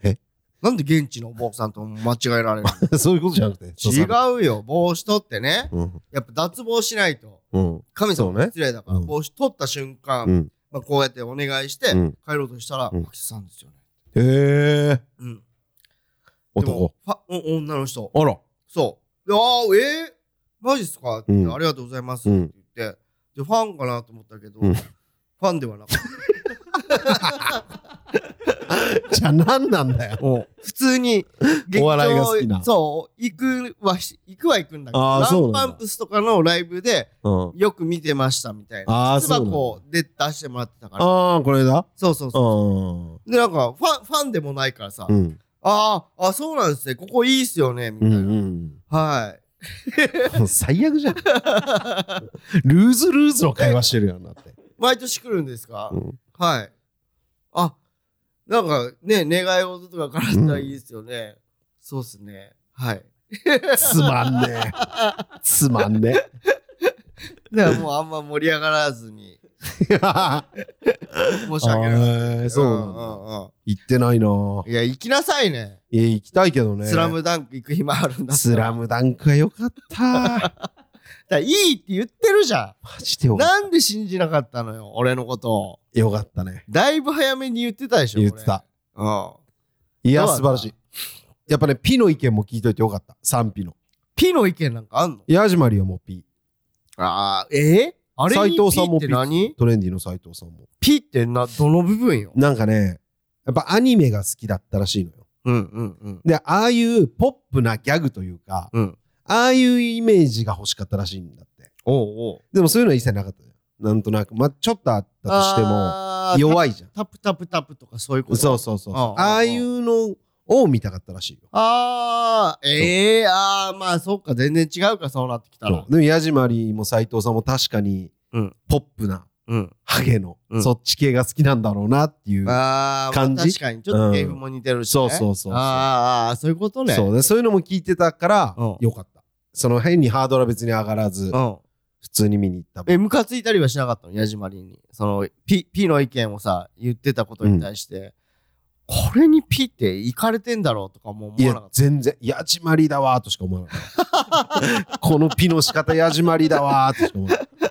Speaker 2: え
Speaker 1: なんで現地のお坊さんと間違えられるの
Speaker 2: な。 そういうことじゃなくて。
Speaker 1: 違うよ。帽子取ってね。
Speaker 2: うん。
Speaker 1: やっぱ脱帽しないと。
Speaker 2: うん。
Speaker 1: 神様
Speaker 2: そうね
Speaker 1: 失礼だから、
Speaker 2: うん
Speaker 1: 帽子取った瞬間、
Speaker 2: うん。
Speaker 1: まあ、こうやってお願いして、
Speaker 2: うん
Speaker 1: 帰ろうとしたら、
Speaker 2: うん
Speaker 1: 秋さんですよね。
Speaker 2: へえ。
Speaker 1: うん。で
Speaker 2: 男
Speaker 1: も。ファお女の人。
Speaker 2: あら。
Speaker 1: そう。で、ああ、えー、マジっすかって言って、
Speaker 2: うん
Speaker 1: ありがとうございますって言って、で、ファンかなと思ったけど、
Speaker 2: うん
Speaker 1: ファンではなかった。
Speaker 2: じゃあ何なんだよ。
Speaker 1: 普通に、劇
Speaker 2: お笑いが好きな
Speaker 1: そう、行くはし、行くは行くんだけど、
Speaker 2: あー
Speaker 1: ラ
Speaker 2: そうな
Speaker 1: ン
Speaker 2: んだ
Speaker 1: パンプスとかのライブで、
Speaker 2: うん。
Speaker 1: よく見てましたみたいな。
Speaker 2: ああ、
Speaker 1: 靴
Speaker 2: そうなんだ。
Speaker 1: 箱で出してもらってたから。
Speaker 2: ああ、これだ。
Speaker 1: そうそうそう。
Speaker 2: う
Speaker 1: で、なんか、ファン、ファンでもないからさ、
Speaker 2: ん。うん。
Speaker 1: あーあ、そうなんですね。ここいいっすよね。み
Speaker 2: う
Speaker 1: たいな。
Speaker 2: ん。
Speaker 1: はい。
Speaker 2: うん。 最悪じ ゃん。ルーズルーズの会話してるやんだって。
Speaker 1: 毎年来るんですか、
Speaker 2: うん
Speaker 1: はい。あ、なんかね、願い事とかからったらいいですよね。そうっすね。はい。
Speaker 2: つまんねえ。つまんね え。
Speaker 1: だからもうあんま盛り上がらず に、申し訳ない。
Speaker 2: へえそうなん
Speaker 1: だ。
Speaker 2: だ。行ってないなぁ。
Speaker 1: いや、行きなさいね。
Speaker 2: え、行きたいけどね。
Speaker 1: スラムダンク行く暇あるんだ。
Speaker 2: スラ
Speaker 1: ム。
Speaker 2: ムダンクはよ かった。
Speaker 1: だからいいって言ってるじゃ
Speaker 2: マジで
Speaker 1: ん。
Speaker 2: よかっ
Speaker 1: なんで信じなかったのよ、俺のことを。
Speaker 2: た。よかったね。
Speaker 1: だいぶ早めに言ってたでしょ。
Speaker 2: 言ってた。
Speaker 1: 俺。うん。
Speaker 2: いや、
Speaker 1: どうだっ
Speaker 2: 素
Speaker 1: た
Speaker 2: 晴らしい。やっぱね、ピの意見も聞いといてよかった。賛否の。
Speaker 1: ピの意見なんかあんの
Speaker 2: ヤジマリはもうピ。
Speaker 1: ああ、えー、あれに
Speaker 2: 斉藤さんも
Speaker 1: ピって何
Speaker 2: トレンディの斉藤さんも。
Speaker 1: ピってな、どの部分よ。
Speaker 2: なんかね、やっぱアニメが好きだったらしいのよ。
Speaker 1: うんうんうん。
Speaker 2: で、ああいうポップなギャグというか、
Speaker 1: うん
Speaker 2: ああいうイメージが欲しかったらしいんだって。
Speaker 1: おうおう。
Speaker 2: でもそういうのは一切なかったじゃん。なんとなく、まあ、ちょっとあったとしても、弱
Speaker 1: い。
Speaker 2: いじゃん。
Speaker 1: タプタプタプとかそういうこと。
Speaker 2: そうそうそうそう。
Speaker 1: ああああ
Speaker 2: ああいうのを見たかったらしいよ。
Speaker 1: ああ、ええああ、まあそっか、全然違うか、そうなってきたら
Speaker 2: そう。でもヤジマリーも斎藤さんも確かに
Speaker 1: うん
Speaker 2: ポップな
Speaker 1: うん。
Speaker 2: ハゲの、
Speaker 1: うん
Speaker 2: そっち系が好きなんだろうなっていう、
Speaker 1: ああ、まあ
Speaker 2: 感じ
Speaker 1: 確かに、ちょっと芸風も似てるし、ね
Speaker 2: うんそうそうそうそう
Speaker 1: あーあー、そういうことね。
Speaker 2: そう
Speaker 1: う。
Speaker 2: でそういうのも聞いてたから
Speaker 1: うん
Speaker 2: よかったその変にハードルは別に上がらず
Speaker 1: ん。
Speaker 2: 普通に見に行った
Speaker 1: え、ムカついたりはしなかったの矢島りに。その、ピ、ピの意見をさ、言ってたことに対して、これにピっていかれてんだろうとかもう
Speaker 2: い
Speaker 1: 思わなか
Speaker 2: や
Speaker 1: っ。
Speaker 2: 全然ヤジマリーだわーとしか思わなかったこのピの仕方ヤジマリーだわーとしか思わなかった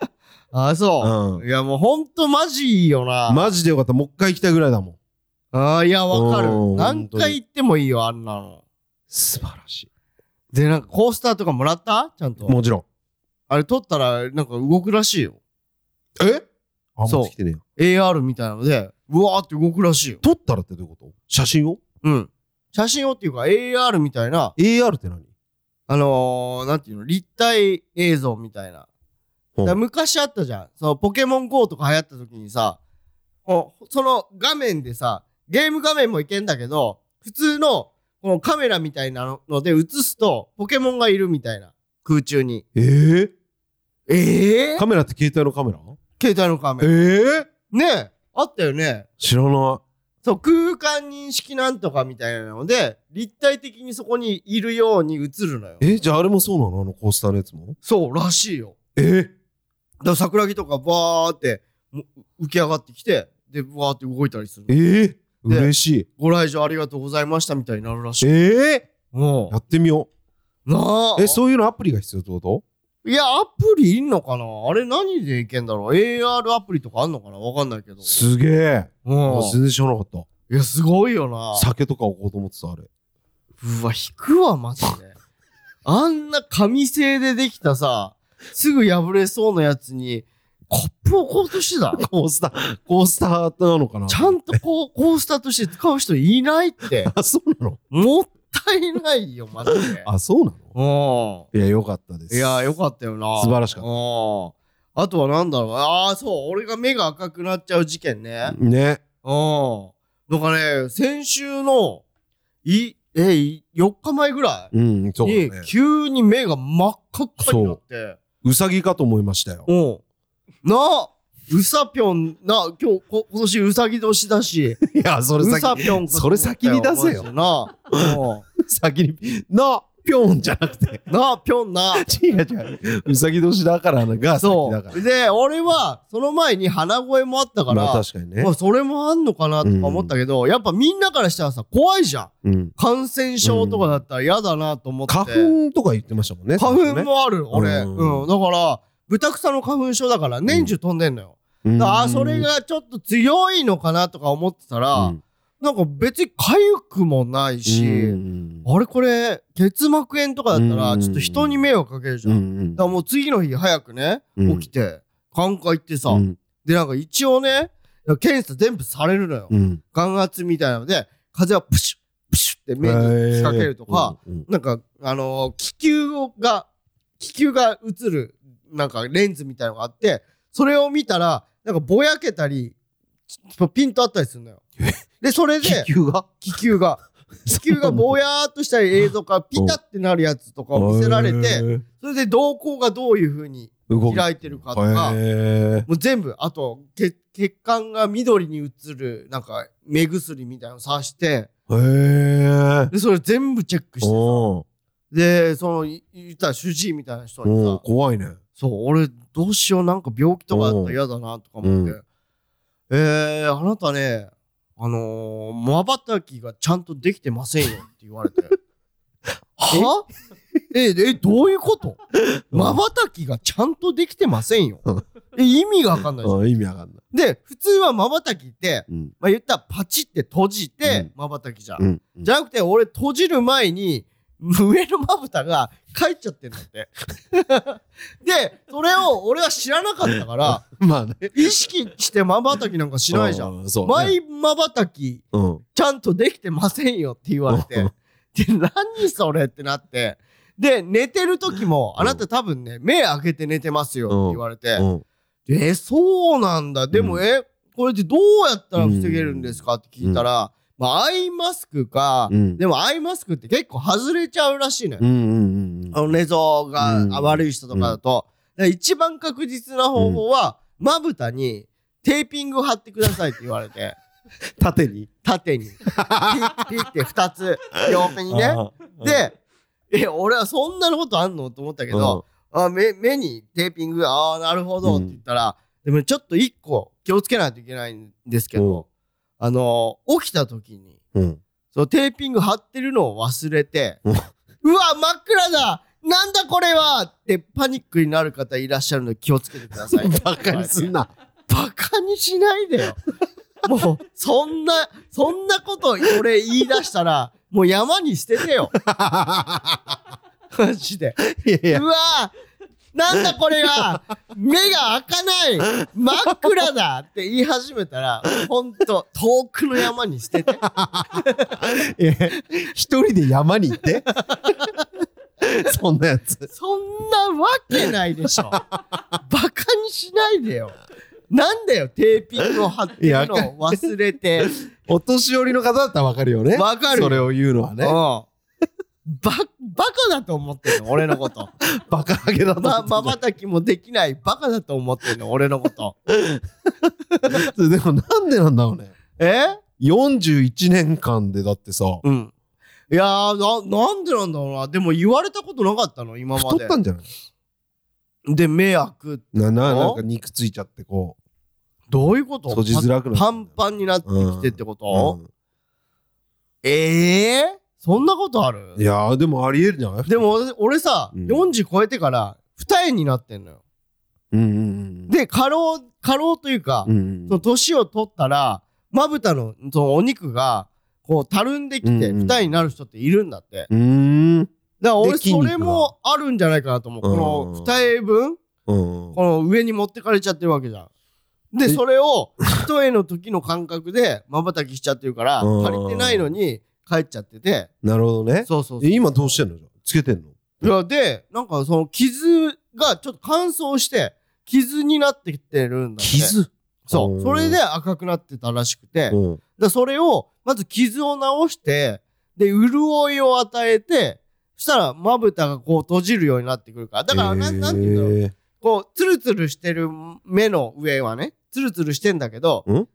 Speaker 1: ああ、そう。
Speaker 2: う
Speaker 1: いや、もうほんとマジいいよな。
Speaker 2: たマジでよかったもう一回行きたいぐらいだもん
Speaker 1: ああ、いや、わかる
Speaker 2: う。ん
Speaker 1: 何回行ってもいいよ、あんなの。
Speaker 2: 素晴らしい
Speaker 1: で、なんかコースターとかもらったちゃんと。
Speaker 2: もちろん
Speaker 1: あれ撮ったら、なんか動くらしいよ。
Speaker 2: えあ
Speaker 1: そう
Speaker 2: 持ってきてねえよ
Speaker 1: AR みたいなので、うわーって動くらしいよ。
Speaker 2: 撮ったらってどういうこと写真を
Speaker 1: うん。写真をっていうか、AR みたいな、
Speaker 2: AR って何
Speaker 1: あのー、なんていうの、立体映像みたいな。
Speaker 2: う
Speaker 1: だか
Speaker 2: ん
Speaker 1: ら昔あったじゃん。そのポケモン GO とか流行った時にさ、おその画面でさ、ゲーム画面もいけんだけど、普通のこのカメラみたいなので映すと、ポケモンがいるみたいな。空中に。
Speaker 2: えー、
Speaker 1: ええ
Speaker 2: カメラって携帯のカメラ
Speaker 1: 携帯のカメラ。
Speaker 2: ええ
Speaker 1: ねえ、あったよね。
Speaker 2: 知らな
Speaker 1: そう、空間認識なんとかみたいなので、立体的にそこにいるように映るのよ
Speaker 2: い。。え、じゃああれもそうなのあのコースターのやつも
Speaker 1: そう、らしいよ。だ
Speaker 2: え
Speaker 1: から桜木とかバーってもう浮き上がってきてでバーって動いたりする
Speaker 2: えー、嬉しい。
Speaker 1: ご来場ありがとうございましたみたいになるらしい
Speaker 2: ええ
Speaker 1: も
Speaker 2: やってみよ
Speaker 1: うなあ
Speaker 2: う。え、そういうのアプリが必要ってこと
Speaker 1: いやアプリいんのかなあれ何でいけんだろう AR アプリとかあんのかなわかんないけど
Speaker 2: すげえ。
Speaker 1: うん
Speaker 2: あ全然知らなかっ
Speaker 1: いやすごいよな
Speaker 2: た。酒とか置こうと思ってた、あれ。
Speaker 1: うわ引くわマジであんな紙製でできたさすぐ破れそうなやつにコップをこうとしてた
Speaker 2: コースター、コースターなのかな
Speaker 1: ちゃんとこうコースターとして使う人いないって
Speaker 2: あ、そうなの
Speaker 1: もったいないよ、マジで。
Speaker 2: あ、そうなの
Speaker 1: う
Speaker 2: いや、よかったで
Speaker 1: ん。
Speaker 2: す。
Speaker 1: いや、よ
Speaker 2: っ
Speaker 1: かったよな。
Speaker 2: 素晴らしかっ
Speaker 1: う
Speaker 2: た
Speaker 1: ん。あとはなんだろう。ああ、そう。俺が目が赤くなっちゃう事件ね。
Speaker 2: ね。
Speaker 1: うん。なんかね、先週の、い、え、い4日前ぐらい
Speaker 2: うん、そう
Speaker 1: に、
Speaker 2: だね。
Speaker 1: 急に目が真っ赤っかになって。
Speaker 2: うさぎかと思いましたよ。
Speaker 1: うん。なあうさぴょんな、今日、こ今年うさぎ年だし、
Speaker 2: いや、それ
Speaker 1: う
Speaker 2: 先
Speaker 1: さぴょんかと思った
Speaker 2: それ先に出せ
Speaker 1: マ
Speaker 2: よ
Speaker 1: ジでな、も
Speaker 2: 先に、な、ぴょんじゃなくて。
Speaker 1: うな、ぴょんな。
Speaker 2: 違う違う。うさぎ年だからが先
Speaker 1: そ
Speaker 2: だから
Speaker 1: う。。で、俺は、その前に鼻声もあったから、
Speaker 2: まあ確かにね
Speaker 1: ま。あそれもあんのかなとか思ったけど、やっぱみんなからしたらさ、怖いじゃん。
Speaker 2: うん。
Speaker 1: 感染症とかだったら嫌だなと思って。
Speaker 2: 花粉とか言ってましたもんね。
Speaker 1: 花粉
Speaker 2: ね。
Speaker 1: もある、俺。
Speaker 2: うん
Speaker 1: うん。だから、ブタクサの花粉症だから、年中飛んでんのよ。
Speaker 2: うん
Speaker 1: だからあ、それ、がちょっと強いのかなとか思ってたら、
Speaker 2: うん
Speaker 1: なんか別に痒くもないし、
Speaker 2: ん
Speaker 1: あれこれ、結膜炎とかだった
Speaker 2: う
Speaker 1: ら、
Speaker 2: ん
Speaker 1: ちょっと人に迷惑かけるじゃん。だ
Speaker 2: ん
Speaker 1: からもう次の日早くね、
Speaker 2: うん
Speaker 1: 起きて、眼科行ってさ、
Speaker 2: うん
Speaker 1: で、なんか一応ね、検査全部されるのよ。
Speaker 2: うん
Speaker 1: 眼圧みたいなので、風はプシュッ、プシュッって目に吹きかけるとか、、
Speaker 2: うん
Speaker 1: なんか、あのー気球が、気球が映る、なんかレンズみたいのがあって、それを見たら、なんかぼやけたり、ちょっとピンとあったりするのよ。で、それで
Speaker 2: 気、球 が
Speaker 1: 気球が、気球がぼやーっとしたり映像がピタってなるやつとかを見せられ
Speaker 2: へ
Speaker 1: て、
Speaker 2: ー
Speaker 1: それで瞳孔がどういう風に
Speaker 2: 動
Speaker 1: 開いてるかとか、
Speaker 2: へー
Speaker 1: もう全部、あと、血血管が緑に映る、なんか、目薬みたいなのさして、
Speaker 2: へえ。
Speaker 1: で、それ全部チェックしてさ、
Speaker 2: お
Speaker 1: で、その、い言ったら主治医みたいな人
Speaker 2: ー
Speaker 1: に
Speaker 2: おー
Speaker 1: さ、
Speaker 2: 怖いね。
Speaker 1: そう、俺、どうしよう、なんか病気とかだったら嫌だな、とか思って、
Speaker 2: う
Speaker 1: えー、あなたね、あのー、まばたきがちゃんとできてませんよって言われ て。はえ、え、どういうことまばたきがちゃんとできてませんよ
Speaker 2: うん。
Speaker 1: え、意味がわかんないじゃん
Speaker 2: あ意味わかんない。
Speaker 1: で、普通は瞬きって、
Speaker 2: うん
Speaker 1: まあ、言ったらパチって閉じて瞬きじゃん。
Speaker 2: うん
Speaker 1: じゃなくて、俺閉じる前に、上のまぶたが帰っちゃってんだって。 で、それを俺は知らなかったから、
Speaker 2: まあね。
Speaker 1: 意識して瞬きなんかしないじゃん。
Speaker 2: ん。そうね。
Speaker 1: 前瞬き、
Speaker 2: うん。
Speaker 1: ちゃんとできてませんよって言われて、で、何それってなって、で、寝てる時も、
Speaker 2: うん
Speaker 1: あなた多分ね、目開けて寝てますよって言われて、
Speaker 2: うん
Speaker 1: え、そうなんだ。でも、
Speaker 2: う
Speaker 1: え、これってどうやったら防げるんですかって聞いたら、まあ、アイマスクか、
Speaker 2: うん
Speaker 1: でもアイマスクって結構外れちゃうらしいのよ。
Speaker 2: うんうんうん
Speaker 1: あの、寝相
Speaker 2: うん
Speaker 1: が悪い人とかだと。で一番確実な方法は、まぶたにテーピングを貼ってくださいって言われて、
Speaker 2: 縦に
Speaker 1: 縦に。ピッピッって2つ、両手にね。
Speaker 2: あー
Speaker 1: で、え、俺はそんなことあんのと思ったけど、あ目目にテーピングああなるほどって言ったら、でもちょっと一個気をつけないといけないんですけど、あのー起きた時に
Speaker 2: うんうん
Speaker 1: そのテーピング貼ってるのを忘れて、
Speaker 2: うん
Speaker 1: うわ真っ暗だなんだこれはってパニックになる方いらっしゃるので気をつけてください
Speaker 2: バカにすんな
Speaker 1: バカにしないでよもうそんなそんなこと俺言い出したらもう山に捨てて よマジで
Speaker 2: いやいうや
Speaker 1: わーなんだこれは目が開かない真っ暗だって言い始めたら、ほんと、遠くの山に捨てて。
Speaker 2: いや一人で山に行って そんなやつ
Speaker 1: そんなわけないでしょ。バカにしないでよ。なんだよ、テーピングを貼ってるのを忘れて。
Speaker 2: お年寄りの方だったらわかるよね
Speaker 1: わかるよ
Speaker 2: それを言うのは
Speaker 1: うん
Speaker 2: ね
Speaker 1: ババカだと思ってんの、俺のこと。
Speaker 2: バカハゲだと思っ
Speaker 1: ま、
Speaker 2: てた
Speaker 1: まばたきもできないバカだと思ってんの、俺のこと。
Speaker 2: でもなんでなんだろうね
Speaker 1: え
Speaker 2: 41年間でだってさ
Speaker 1: うん。いやーな、なんでなんだろうな。でも言われたことなかったの、今ま
Speaker 2: 太
Speaker 1: で
Speaker 2: っ。たんじゃない
Speaker 1: で、目開く。
Speaker 2: なな
Speaker 1: お
Speaker 2: なんか肉ついちゃってこ
Speaker 1: どういうこと
Speaker 2: う閉じづらくな
Speaker 1: パンパンになってきてってこと、
Speaker 2: う
Speaker 1: ええー、そんなことある
Speaker 2: んいやーでもありえるんじゃない
Speaker 1: でも俺俺さ、
Speaker 2: うん
Speaker 1: 40超えてから二重になってんのよ。
Speaker 2: うんうんうん
Speaker 1: で、過労、過労というか、
Speaker 2: うん
Speaker 1: その年を取ったら、まぶたのそのお肉が、こう、たるんできて、
Speaker 2: うんうん
Speaker 1: 二重になる人っているんだって。
Speaker 2: うーん
Speaker 1: だから俺、
Speaker 2: で筋
Speaker 1: そ
Speaker 2: 肉が
Speaker 1: れもあるんじゃないかなと思う。こ
Speaker 2: うん
Speaker 1: の二重分
Speaker 2: うん
Speaker 1: この上に持ってかれちゃってるわけじゃん。で、
Speaker 2: え
Speaker 1: それを、一重の時の感覚で瞬きしちゃってるから、
Speaker 2: うん
Speaker 1: 足りてないのに帰っちゃってて、
Speaker 2: なるほどね
Speaker 1: そうそうそう。
Speaker 2: え今どうしてんのじゃあつけてんの
Speaker 1: いや、で、なんかその傷がちょっと乾燥して、傷になってきてるんだって。そ
Speaker 2: お
Speaker 1: う。
Speaker 2: ー
Speaker 1: それで赤くなってたらしくて、
Speaker 2: うん
Speaker 1: でそれを、まず傷を治して、で、潤いを与えて、そしたら、まぶたがこう閉じるようになってくるから。だから、な
Speaker 2: えー
Speaker 1: んなんて言うんだろう。こう、ツルツルしてる目の上はね、ツルツルしてんだけど
Speaker 2: ん、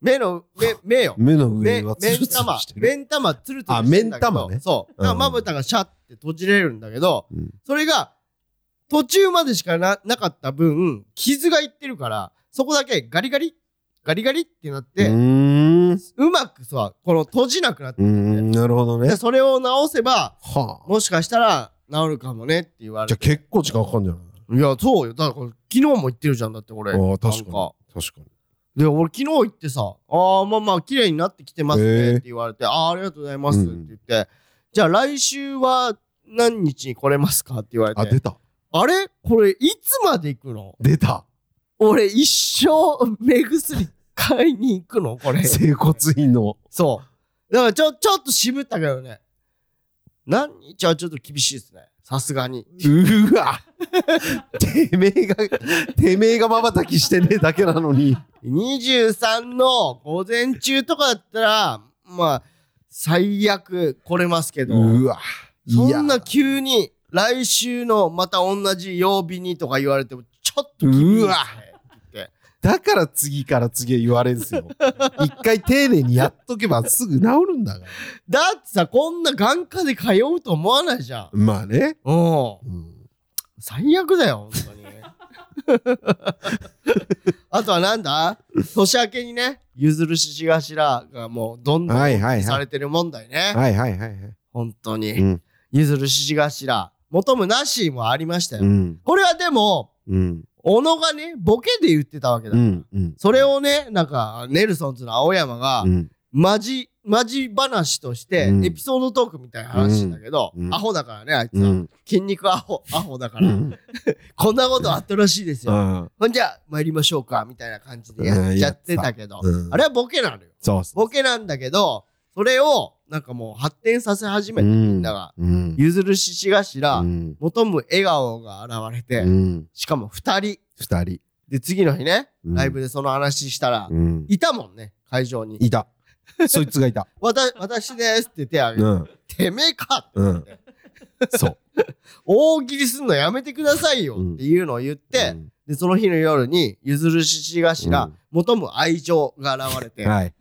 Speaker 1: 目の、 目、目よ。
Speaker 2: 目の上
Speaker 1: 目、
Speaker 2: は
Speaker 1: 目
Speaker 2: ツル
Speaker 1: ん
Speaker 2: ツル
Speaker 1: 玉
Speaker 2: し、てる。
Speaker 1: 目ん玉ツルツルしてんだけど。
Speaker 2: あ目ん玉ね
Speaker 1: そう。だからまぶたがシャッて閉じれるんだけど、
Speaker 2: うん
Speaker 1: それが、途中までしかな、なかった分、傷がいってるから、そこだけガリガリ、ガリガリってなっ
Speaker 2: う
Speaker 1: て、う
Speaker 2: ーん。
Speaker 1: まくさ、この閉じなくなって、
Speaker 2: うーん、なるほどね
Speaker 1: で。それを直せば、
Speaker 2: はあ。
Speaker 1: もしかしたら治るかもねって言われ
Speaker 2: じゃあ
Speaker 1: て。
Speaker 2: 結構時間かかるんじゃない
Speaker 1: いや、そうよ。だからこれ、昨日も言ってるじゃん、だって俺。
Speaker 2: ああ、確
Speaker 1: なん
Speaker 2: か
Speaker 1: か
Speaker 2: に。確かに。
Speaker 1: で、俺昨日行ってさ、ああ、まあまあ、綺麗になってきてます
Speaker 2: へ
Speaker 1: ね
Speaker 2: ー
Speaker 1: って言われて、ああ、ありがとうございますって
Speaker 2: うん
Speaker 1: 言って、じゃあ来週は何日に来れますかって言われて、
Speaker 2: あ、
Speaker 1: あ
Speaker 2: 出た。
Speaker 1: れこれいつまで行くの
Speaker 2: 出た。
Speaker 1: 俺一生目薬買いに行くのこれ。
Speaker 2: 整骨院の。
Speaker 1: そう。だからちょ、ちょっと渋ったけどね。何日はちょっと厳しいですね。さすがに。
Speaker 2: うわてめえが、てめえが瞬きしてねえだけなのに。
Speaker 1: 23の午前中とかだったら、まあ、最悪来れますけど。
Speaker 2: うわ。い
Speaker 1: そ
Speaker 2: や
Speaker 1: んな急に来週のまた同じ曜日にとか言われてもちょっと厳しいですね
Speaker 2: うわだから次から次へ言われるんですよ。一回丁寧にやっとけばすぐ治るんだから。
Speaker 1: だってさこんな眼科で通うと思わないじゃん
Speaker 2: まあね。
Speaker 1: うん
Speaker 2: うん
Speaker 1: 最悪だよ本当に あとはなんだ年明けにね譲るし頭がもうどんどん
Speaker 2: はいはい
Speaker 1: さ
Speaker 2: は
Speaker 1: れ
Speaker 2: い。
Speaker 1: てる問題ね、
Speaker 2: はいはいはいはい。
Speaker 1: 本当に、
Speaker 2: うん
Speaker 1: 譲るし頭求むなしもありましたよ、
Speaker 2: うん。
Speaker 1: これはでも
Speaker 2: うん。
Speaker 1: 小野がねボケで言ってたわけだ
Speaker 2: う
Speaker 1: から、
Speaker 2: ん。うん。
Speaker 1: それをね、なんか、ネルソンズの青山が
Speaker 2: う、ん。
Speaker 1: マジ、マジ話として
Speaker 2: う、ん
Speaker 1: エピソードトークみたいな話してんだけど
Speaker 2: う、ん
Speaker 1: アホだからね、あいつ
Speaker 2: う
Speaker 1: は。
Speaker 2: ん。
Speaker 1: 筋肉アホ、アホだか
Speaker 2: う
Speaker 1: ら。
Speaker 2: ん。
Speaker 1: こんなことあったらしいですよ。
Speaker 2: あ
Speaker 1: ほんじゃあ、参りましょうか、みたいな感じでやっちゃってたけど、あれはボケなのよ。
Speaker 2: そうっす。
Speaker 1: ボケなんだけど、それを、なんかもう発展させ始めて、みんなが。
Speaker 2: うん。
Speaker 1: 譲る獅子
Speaker 2: う
Speaker 1: 頭、
Speaker 2: ん。
Speaker 1: 求む笑顔が現れ
Speaker 2: う
Speaker 1: て、
Speaker 2: ん。
Speaker 1: しかも二人。
Speaker 2: 二人。
Speaker 1: で、次の日ね、
Speaker 2: うん
Speaker 1: ライブでその話したら、
Speaker 2: うん。
Speaker 1: いたもんね、会場に。
Speaker 2: いた。そいつがい た。
Speaker 1: わた私ですって手挙げ
Speaker 2: う
Speaker 1: て、
Speaker 2: ん。
Speaker 1: てめえかって
Speaker 2: うん。そう。
Speaker 1: 大喜利すんのやめてくださいよっていうのを言って、
Speaker 2: うん
Speaker 1: で、その日の夜に、ゆずるしし頭、
Speaker 2: うん
Speaker 1: 求む愛情が現れて、
Speaker 2: はい。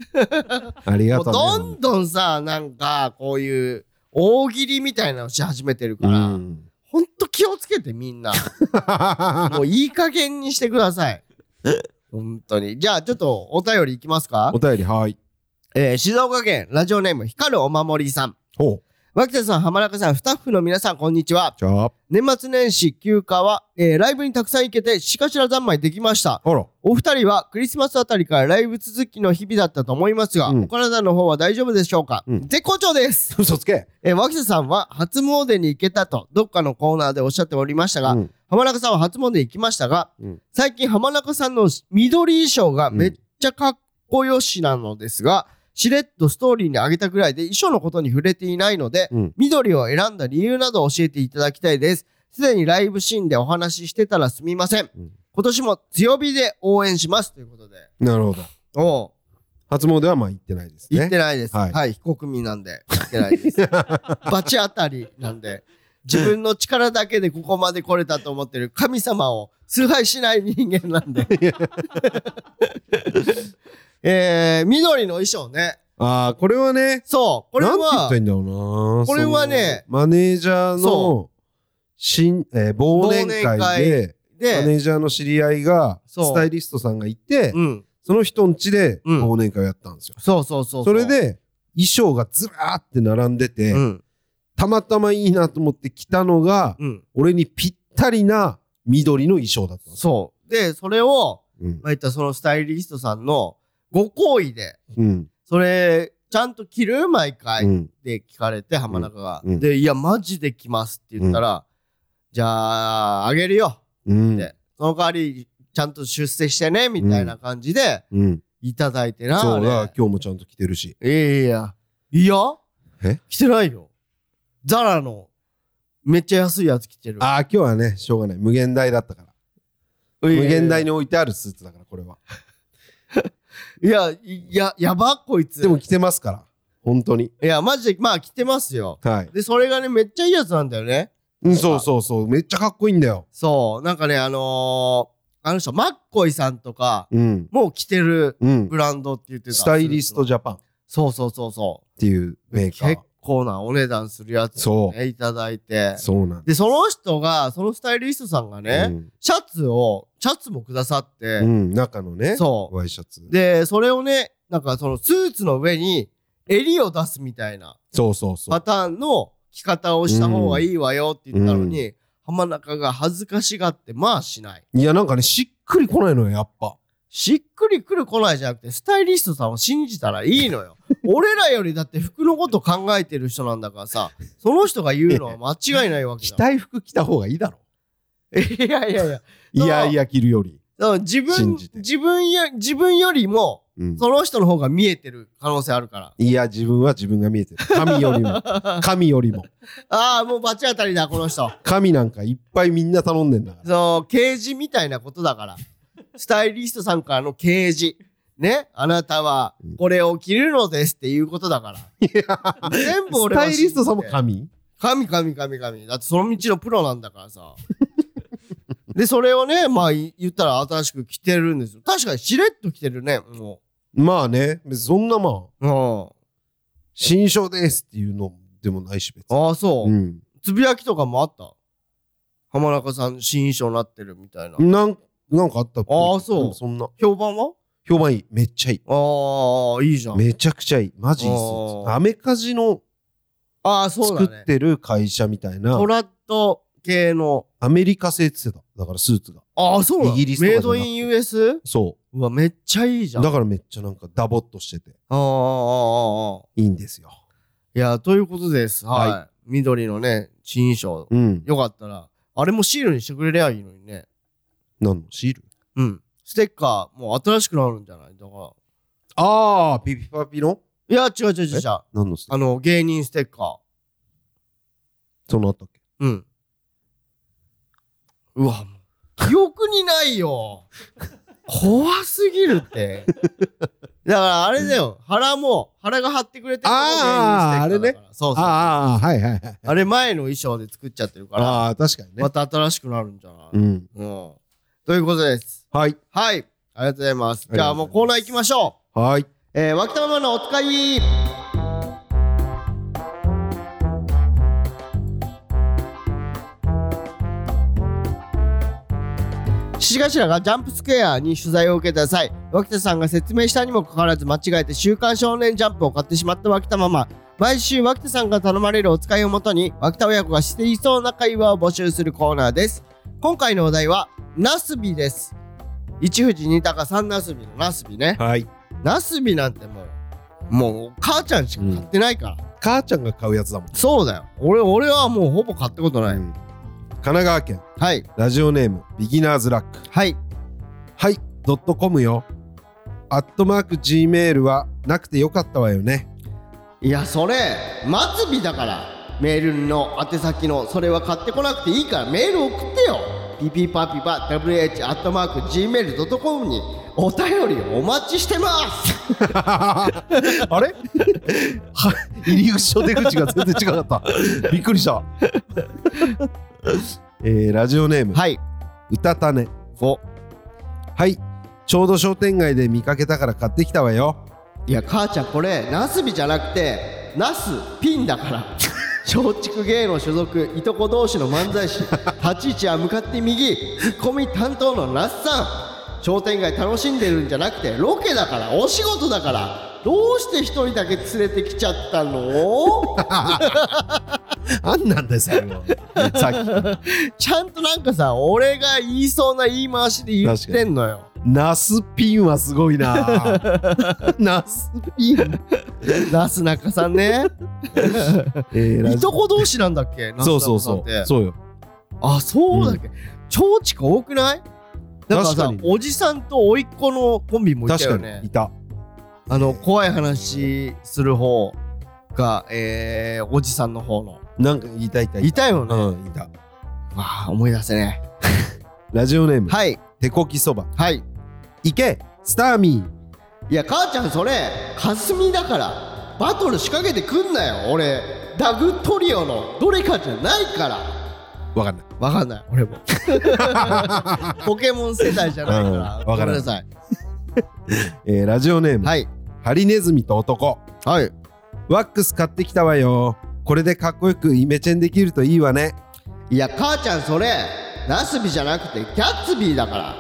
Speaker 2: ありが
Speaker 1: もう
Speaker 2: とう
Speaker 1: ど
Speaker 2: ね
Speaker 1: んどんさ、なんか、こういう、大喜利みたいなのし始めてるから、
Speaker 2: うん。
Speaker 1: ほんと気をつけてみんな。もういい加減にしてくださ い。ほんとに。じゃあ、ちょっとお便りいきますか
Speaker 2: お。便り、はい。
Speaker 1: えー静岡県、ラジオネーム、光るお守りさん。
Speaker 2: ほう。
Speaker 1: 脇田さん、浜中さん、スタッフの皆さん、こんにちは。
Speaker 2: じゃあ、
Speaker 1: 年末年始休暇は、えーライブにたくさん行けて、しかしら三昧できました。
Speaker 2: あら。
Speaker 1: お二人はクリスマスあたりからライブ続きの日々だったと思いますが、
Speaker 2: うん
Speaker 1: お体の方は大丈夫でしょうか、
Speaker 2: うん
Speaker 1: 絶好調です、
Speaker 2: 嘘つけ。
Speaker 1: えー、脇田さんは初詣に行けたと、どっかのコーナーでおっしゃっておりましたが、
Speaker 2: うん
Speaker 1: 浜中さんは初詣に行きましたが、
Speaker 2: うん
Speaker 1: 最近浜中さんの緑衣装がめっちゃかっこよしなのですが、しれっとストーリーにあげたぐらいで衣装のことに触れていないので、
Speaker 2: うん
Speaker 1: 緑を選んだ理由など教えていただきたいです。すでにライブシーンでお話ししてたらすみません。
Speaker 2: うん
Speaker 1: 今年も強火で応援しますということで。
Speaker 2: なるほど。
Speaker 1: おう
Speaker 2: 初詣はまあ行ってないですね。
Speaker 1: 行ってないです。
Speaker 2: は
Speaker 1: はいい、非国民なんで、行ってない です。バチ当たりなんで、自分の力だけでここまで来れたと思ってる神様を崇拝しない人間なん で。えー、緑の衣装ね。
Speaker 2: ああ、これはね、
Speaker 1: そう、こ
Speaker 2: こ
Speaker 1: れ
Speaker 2: なん
Speaker 1: は
Speaker 2: て、言ったらいいんだろうな。
Speaker 1: これはね
Speaker 2: そのマネージャーの
Speaker 1: そ、
Speaker 2: 新、えー忘年
Speaker 1: 忘年
Speaker 2: 会
Speaker 1: 会
Speaker 2: で、マネ
Speaker 1: で、
Speaker 2: ージャーの知り合いが、
Speaker 1: そう
Speaker 2: スタイリストさんがいて
Speaker 1: う、ん、
Speaker 2: その人ん家で
Speaker 1: うん
Speaker 2: 忘年会をやったんですよ。
Speaker 1: そうそうそうう。
Speaker 2: それ、で、衣装がずらーって並んでて
Speaker 1: う、ん、
Speaker 2: たまたまいいなと思って着たのが、
Speaker 1: うん、
Speaker 2: 俺にぴったりな緑の衣装だったんです
Speaker 1: そ
Speaker 2: よ。
Speaker 1: う。で、それを、
Speaker 2: うん
Speaker 1: まあ、言ったらそのスタイリストさんのご好意で、
Speaker 2: うん。
Speaker 1: それ、ちゃんと着る毎回。
Speaker 2: うん
Speaker 1: って聞かれて浜中が、
Speaker 2: うんうん
Speaker 1: で「いやマジで来ます」って言ったら「じゃああげるよ
Speaker 2: う」
Speaker 1: っ
Speaker 2: ん。
Speaker 1: て、その代わりちゃんと出世してねみたいな感じで
Speaker 2: うん。
Speaker 1: いただいてな、
Speaker 2: そうだ
Speaker 1: あ
Speaker 2: から
Speaker 1: れ
Speaker 2: 今日もちゃんと着てるし。
Speaker 1: いやいやいや
Speaker 2: え
Speaker 1: 来てないよザラのめっちゃ安いやつ着てる
Speaker 2: ああ、今日はね、しょうがない。無限大だったから。
Speaker 1: 無
Speaker 2: 無限大に置いてあるスーツだから、これは。
Speaker 1: いやいややばこいつ
Speaker 2: でも着てますから。本当に。
Speaker 1: いやマジでまあ着てますよ
Speaker 2: はい。
Speaker 1: でそれがねめっちゃいいやつなんだよね
Speaker 2: うん、そうそうそう。めっちゃかっこいいんだよ。
Speaker 1: そう、なんかね、あのー、あの人、マッコイさんとか、
Speaker 2: うん。
Speaker 1: もう着てる
Speaker 2: うん。
Speaker 1: ブランドって言ってた。
Speaker 2: スタイリスト
Speaker 1: スーツ
Speaker 2: ジャパンっ
Speaker 1: の。そうそうそうそ
Speaker 2: ていう
Speaker 1: う。
Speaker 2: メーカー
Speaker 1: 結。構なお値段するやつをね、いただいて。
Speaker 2: そうなん
Speaker 1: で、その人が、そのスタイリストさんがね、
Speaker 2: うん
Speaker 1: シャツを、シャツもくださって、
Speaker 2: うん、中のね、
Speaker 1: そう。
Speaker 2: ワイシャツ。
Speaker 1: で、それをね、なんかそのスーツの上に襟を出すみたいな
Speaker 2: そうそうそ
Speaker 1: パ
Speaker 2: う。
Speaker 1: ターンの着方をした方がいいわよって言ったのに、浜中が恥ずかしがって、まあしない。
Speaker 2: いや、なんかね、しっくりこないのよ、やっぱ。
Speaker 1: しっくりくるこないじゃなくて、スタイリストさんを信じたらいいの よ。俺らよりだって服のこと考えてる人なんだからさ、その人が言うのは間違いないわけ
Speaker 2: 着
Speaker 1: じ ゃん。
Speaker 2: たい服着た方がいいだろ。
Speaker 1: いやいやいや。
Speaker 2: い
Speaker 1: そう
Speaker 2: やいや着るより。
Speaker 1: だから自分
Speaker 2: 信じ、て
Speaker 1: 自分よ、自分よりも、
Speaker 2: うん
Speaker 1: その人の方が見えてる可能性あるから。
Speaker 2: いや、自分は自分が見えてる。神より も。神よりも。
Speaker 1: ああ、もう罰当たりだ、この人。
Speaker 2: 神なんかいっぱいみんな頼んでんだから。
Speaker 1: そう、刑事みたいなことだから。スタイリストさんからの刑事。ね、あなたはこれを着るのですっていうことだから。全部
Speaker 2: ス
Speaker 1: 俺は
Speaker 2: タイ
Speaker 1: 信じて
Speaker 2: リストさんも神
Speaker 1: 神神神神だってその道のプロなんだからさ でそれをねまあい言ったら新しく着てるんですよ確かにしれっと着てるねも
Speaker 2: まあね、別にそんなまあ、
Speaker 1: う、うん、
Speaker 2: 新書ですっていうのでもないし、別に。
Speaker 1: ああそう、
Speaker 2: うん。
Speaker 1: つぶやきとかもあった浜中さん新衣装になってるみたいな、
Speaker 2: なんなんかあったっぽい
Speaker 1: あーそう
Speaker 2: でもそんな。
Speaker 1: 評判は
Speaker 2: 評判いい。めっちゃいい。
Speaker 1: ああいいじゃん
Speaker 2: めちゃくちゃいい。マジいいっす
Speaker 1: あー
Speaker 2: アメカジの
Speaker 1: ああそう
Speaker 2: 作
Speaker 1: だね
Speaker 2: ってる会社みたいな
Speaker 1: ト、ラッド系の
Speaker 2: アメリカ製って言ってた。だからスーツが。
Speaker 1: ああそうなの
Speaker 2: イギリスとか
Speaker 1: メ
Speaker 2: じゃ
Speaker 1: イ
Speaker 2: なくて
Speaker 1: ドイン US?
Speaker 2: そう
Speaker 1: わめっちゃいいじゃ
Speaker 2: う。
Speaker 1: んあああ
Speaker 2: だからめっちゃなんかダボっとしてて、
Speaker 1: あああ
Speaker 2: いいんですよ。
Speaker 1: いやということですはい、
Speaker 2: は
Speaker 1: 緑のね新衣装
Speaker 2: うん。
Speaker 1: よかったら、あれもシールにしてくれりゃいいのにね。
Speaker 2: 何のシール
Speaker 1: うん。ステッカー、もう新しくなるんじゃないだから。
Speaker 2: ああ、ピピパピの
Speaker 1: いや、違う違う違う違う。あ
Speaker 2: 何のステッカー
Speaker 1: の、芸人ステッカ
Speaker 2: そのあったっけ
Speaker 1: ー。うん。うわ、もう。記憶にないよ。怖すぎるって。だからあれだよ。腹も、腹が張ってくれてるのも
Speaker 2: あー
Speaker 1: 芸人ステッカーだから。そうそう。あ
Speaker 2: ああ、はいはいはい。
Speaker 1: れ前の衣装で作っちゃってるから、
Speaker 2: ああ、確かにね
Speaker 1: ま。た新しくなるんじゃな
Speaker 2: う
Speaker 1: い、
Speaker 2: ん。
Speaker 1: うん、ということです。
Speaker 2: はい。
Speaker 1: はい。ありがとうございます。
Speaker 2: あり
Speaker 1: じ
Speaker 2: が
Speaker 1: ゃ
Speaker 2: と
Speaker 1: あ
Speaker 2: うございます
Speaker 1: もうコーナー行きましょう。
Speaker 2: はい。
Speaker 1: えー、わきたままのお使い獅子頭がジャンプスクエアに取材を受けた際脇田さんが説明したにもかかわらず間違えて「週刊少年ジャンプ」を買ってしまった脇田ママ毎週脇田さんが頼まれるお使いをもとに脇田親子がしていそうな会話を募集するコーナーです今回のお題は「なすび」です一富士二鷹三なすびのなすびね
Speaker 2: はい。
Speaker 1: ナスビなんてもう、もう母ちゃんしか買ってないから。
Speaker 2: 母ちゃんが買うやつだもん。
Speaker 1: そうだよ。俺、俺はもうほぼ買ったことない。
Speaker 2: うん神奈川県、
Speaker 1: はい。
Speaker 2: ラジオネーム、ビギナーズラック。
Speaker 1: はい。
Speaker 2: はい、ドットコムよ。アットマーク Gmail はなくてよかったわよね。
Speaker 1: いや、それ、末尾だから。メールの宛先の、それは買ってこなくていいからメール送ってよ。ピピパピパ wh.gmail.com にお便りお待ちしてます。
Speaker 2: あれは 入り口と出口が全然違かった。びっくり した。えーラジオネーム、
Speaker 1: はい。
Speaker 2: うたたね。
Speaker 1: お、
Speaker 2: はい、ちょうど商店街で見かけたから買ってきたわよ。
Speaker 1: いや、母ちゃんこれ、ナスビじゃなくて、ナスピンだ から。松竹芸能所属、いとこ同士の漫才師、立ち位置は向かって右、ツッコミ担当のナスさん。商店街楽しんでるんじゃなくて、ロケだから、お仕事だから、どうして一人だけ連れてきちゃったの
Speaker 2: あんなんですよ。さっ
Speaker 1: ちゃんとなんかさ、俺が言いそうな言い回しで言ってんのよ。
Speaker 2: き。ナスピンはすご いな。ナスピン。
Speaker 1: ナス中さんね。
Speaker 2: えーラ
Speaker 1: い
Speaker 2: ジ
Speaker 1: とこ同士なんだっけ
Speaker 2: そうそう
Speaker 1: ナス中さんっ
Speaker 2: そ
Speaker 1: て
Speaker 2: う。そうよ。
Speaker 1: あそうだっけ、超地区多くないだから
Speaker 2: 確か
Speaker 1: さ
Speaker 2: にね
Speaker 1: おじさんと甥っ子のコンビもいた
Speaker 2: 確
Speaker 1: よ
Speaker 2: か
Speaker 1: ね
Speaker 2: にいた。
Speaker 1: あの怖い話する方が、えー、おじさんの方の
Speaker 2: なんかいたいた
Speaker 1: いたよね、
Speaker 2: うん、いた。
Speaker 1: わあ思い出せね
Speaker 2: ラジオネーム、
Speaker 1: はい
Speaker 2: 手こきそば。
Speaker 1: はい
Speaker 2: いけ、スターミー。
Speaker 1: いや母ちゃんそれ霞だからバトル仕掛けてくんなよ俺ダグトリオのどれかじゃないから
Speaker 2: わかんない。
Speaker 1: わかんない、俺 も。ポケモン世代じゃないか
Speaker 2: うん
Speaker 1: ら、
Speaker 2: わ
Speaker 1: ご
Speaker 2: か
Speaker 1: め
Speaker 2: らん
Speaker 1: んなさい。
Speaker 2: えーラジオネーム、
Speaker 1: はい。
Speaker 2: ハリネズミと男。
Speaker 1: はい。
Speaker 2: ワックス買ってきたわよ。これでかっこよくイメチェンできるといいわね。
Speaker 1: いや、母ちゃん、それ、ナスビじゃなくて、キャッツビーだから。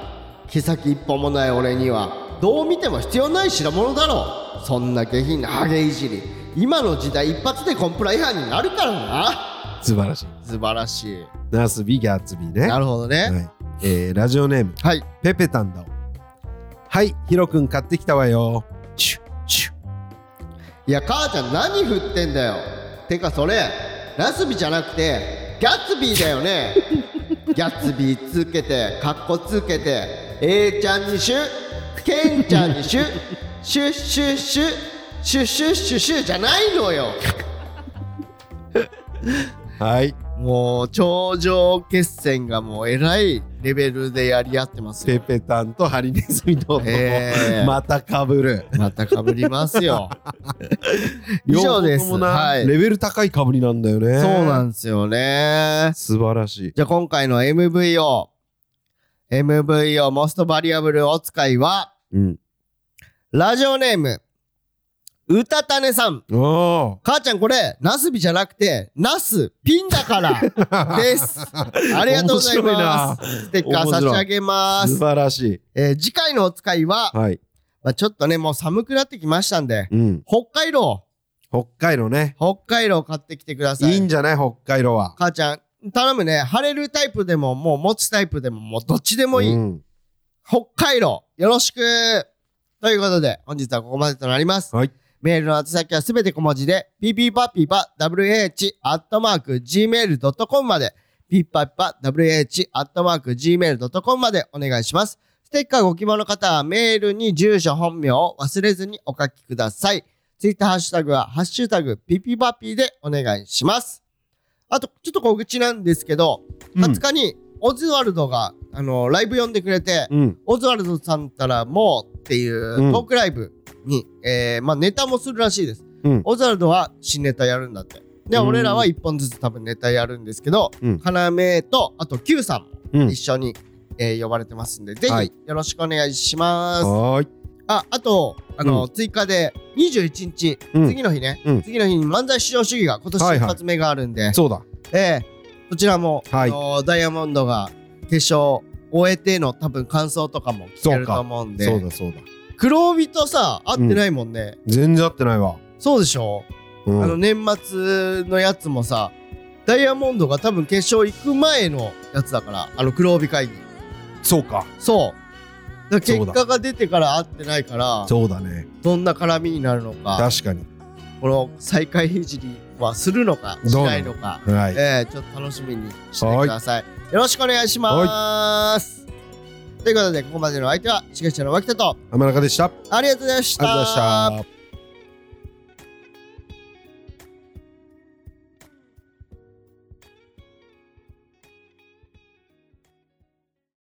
Speaker 1: 毛先一本もない俺には、どう見ても必要ない代物だろう。そんな下品なハゲいじり。今の時代一発でコンプラ違反になるからな。
Speaker 2: 素晴らしい。
Speaker 1: 素晴らしい。
Speaker 2: ナースビーギャッツビーね。
Speaker 1: なるほどね。
Speaker 2: はいえーラジオネーム、
Speaker 1: はい。
Speaker 2: ペペタンだ。はい、ヒロ君買ってきたわよ。シュッシュッ
Speaker 1: いや、母ちゃん何振ってんだよ。てかそれ、ラスビじゃなくて、ギャッツビーだよ ね。ギャッツビーつけて、カッコつけて、A ちゃんにシュ、ケンちゃんにシュ、シュッシュッシュ、シュッシュッシュシュじゃないのよ。
Speaker 2: はい、
Speaker 1: もう、頂上決戦がもうえらいレベルでやり合ってます
Speaker 2: ペ
Speaker 1: よ。
Speaker 2: ペタンとハリネズミの男、
Speaker 1: えー
Speaker 2: またかぶる。
Speaker 1: またかぶります よ。以上です
Speaker 2: 両方ともな
Speaker 1: はい
Speaker 2: レベル高いかぶりなんだよね。
Speaker 1: そうなんですよね。
Speaker 2: 素晴らしい。
Speaker 1: じゃあ今回の MVO。MVO モストバリアブルお使いは、
Speaker 2: うん。
Speaker 1: ラジオネーム、うたたねさん。
Speaker 2: おお
Speaker 1: 母ちゃんこれ、ナスビじゃなくて、ナスピンだ から です。ありがとうございます。ステッカー差し上げま
Speaker 2: ー。素
Speaker 1: す。
Speaker 2: 晴らしい。
Speaker 1: えー次回のお使いは、
Speaker 2: はい。
Speaker 1: まあ、ちょっとね、もう寒くなってきましたんで、
Speaker 2: うん。
Speaker 1: 北海道、
Speaker 2: 北海道ね。
Speaker 1: 北海道買ってきてくださ
Speaker 2: いい
Speaker 1: い。
Speaker 2: んじゃない北海道は。
Speaker 1: 母ちゃん、頼むね。晴れるタイプでも、もう持つタイプでも、もうどっちでもいい。
Speaker 2: うん
Speaker 1: 北海道、よろしくということで、本日はここまでとなります。
Speaker 2: はい
Speaker 1: メールの宛先はすべて小文字で、p p p p p w h g m a i l c o m まで、p p p p w h g m a i l c o m までお願いします。ステッカーご希望の方は、メールに住所、本名を忘れずにお書きください。ツイッターハッシュタグは、ハッシュタグ、ピピパピでお願いします。あと、ちょっと告知なんですけど、
Speaker 2: うん
Speaker 1: 20日に、オズワルドが、あの、ライブ呼んでくれて、
Speaker 2: うん。
Speaker 1: オズワルドさんたらもうっていう
Speaker 2: うん
Speaker 1: トークライブに、えーまあ、ネタもするらしいです、
Speaker 2: うん
Speaker 1: オズワルドは新ネタやるんだってで
Speaker 2: うん
Speaker 1: 俺らは1本ずつ多分ネタやるんですけど、
Speaker 2: うん
Speaker 1: 要とあと Q さん
Speaker 2: う
Speaker 1: も
Speaker 2: ん
Speaker 1: 一。緒に、えー呼ばれてますんでぜ
Speaker 2: はい
Speaker 1: ひよろしくお願いします、
Speaker 2: はーい。
Speaker 1: ああとあの、
Speaker 2: う
Speaker 1: 追加で21日、
Speaker 2: うん
Speaker 1: 次の日ね、
Speaker 2: うん
Speaker 1: 次の日に漫才至上主義が今年
Speaker 2: はい
Speaker 1: 一
Speaker 2: はい
Speaker 1: 発目があるんで、
Speaker 2: そうだ。
Speaker 1: えー、こちらも、
Speaker 2: はい
Speaker 1: あのーダイヤモンドが決勝終えての多分感想とかも聞け
Speaker 2: そう
Speaker 1: る
Speaker 2: か
Speaker 1: と思うん
Speaker 2: そ
Speaker 1: で
Speaker 2: うだそうだ。
Speaker 1: 黒帯とさ会ってないもんね、
Speaker 2: 全然合ってないわ。
Speaker 1: そうでしょ、
Speaker 2: うん
Speaker 1: あの年末のやつもさダイヤモンドが多分決勝行く前のやつだからあの黒帯会議
Speaker 2: そうか。
Speaker 1: そうだから
Speaker 2: そう
Speaker 1: 結
Speaker 2: だ
Speaker 1: 果が出てから会ってないから
Speaker 2: そうだね。
Speaker 1: どんな絡みになるのか
Speaker 2: 確かに。
Speaker 1: この再開いじりはするのかし
Speaker 2: どうなの
Speaker 1: ないのか
Speaker 2: はい。
Speaker 1: えー、ちょっと楽しみにしてください。よろしくお願いします。ということで、ここまでのお相手は、司会者の脇田と、
Speaker 2: 浜中でした。あり
Speaker 1: ありがとうございまし
Speaker 2: がとうございましたた。。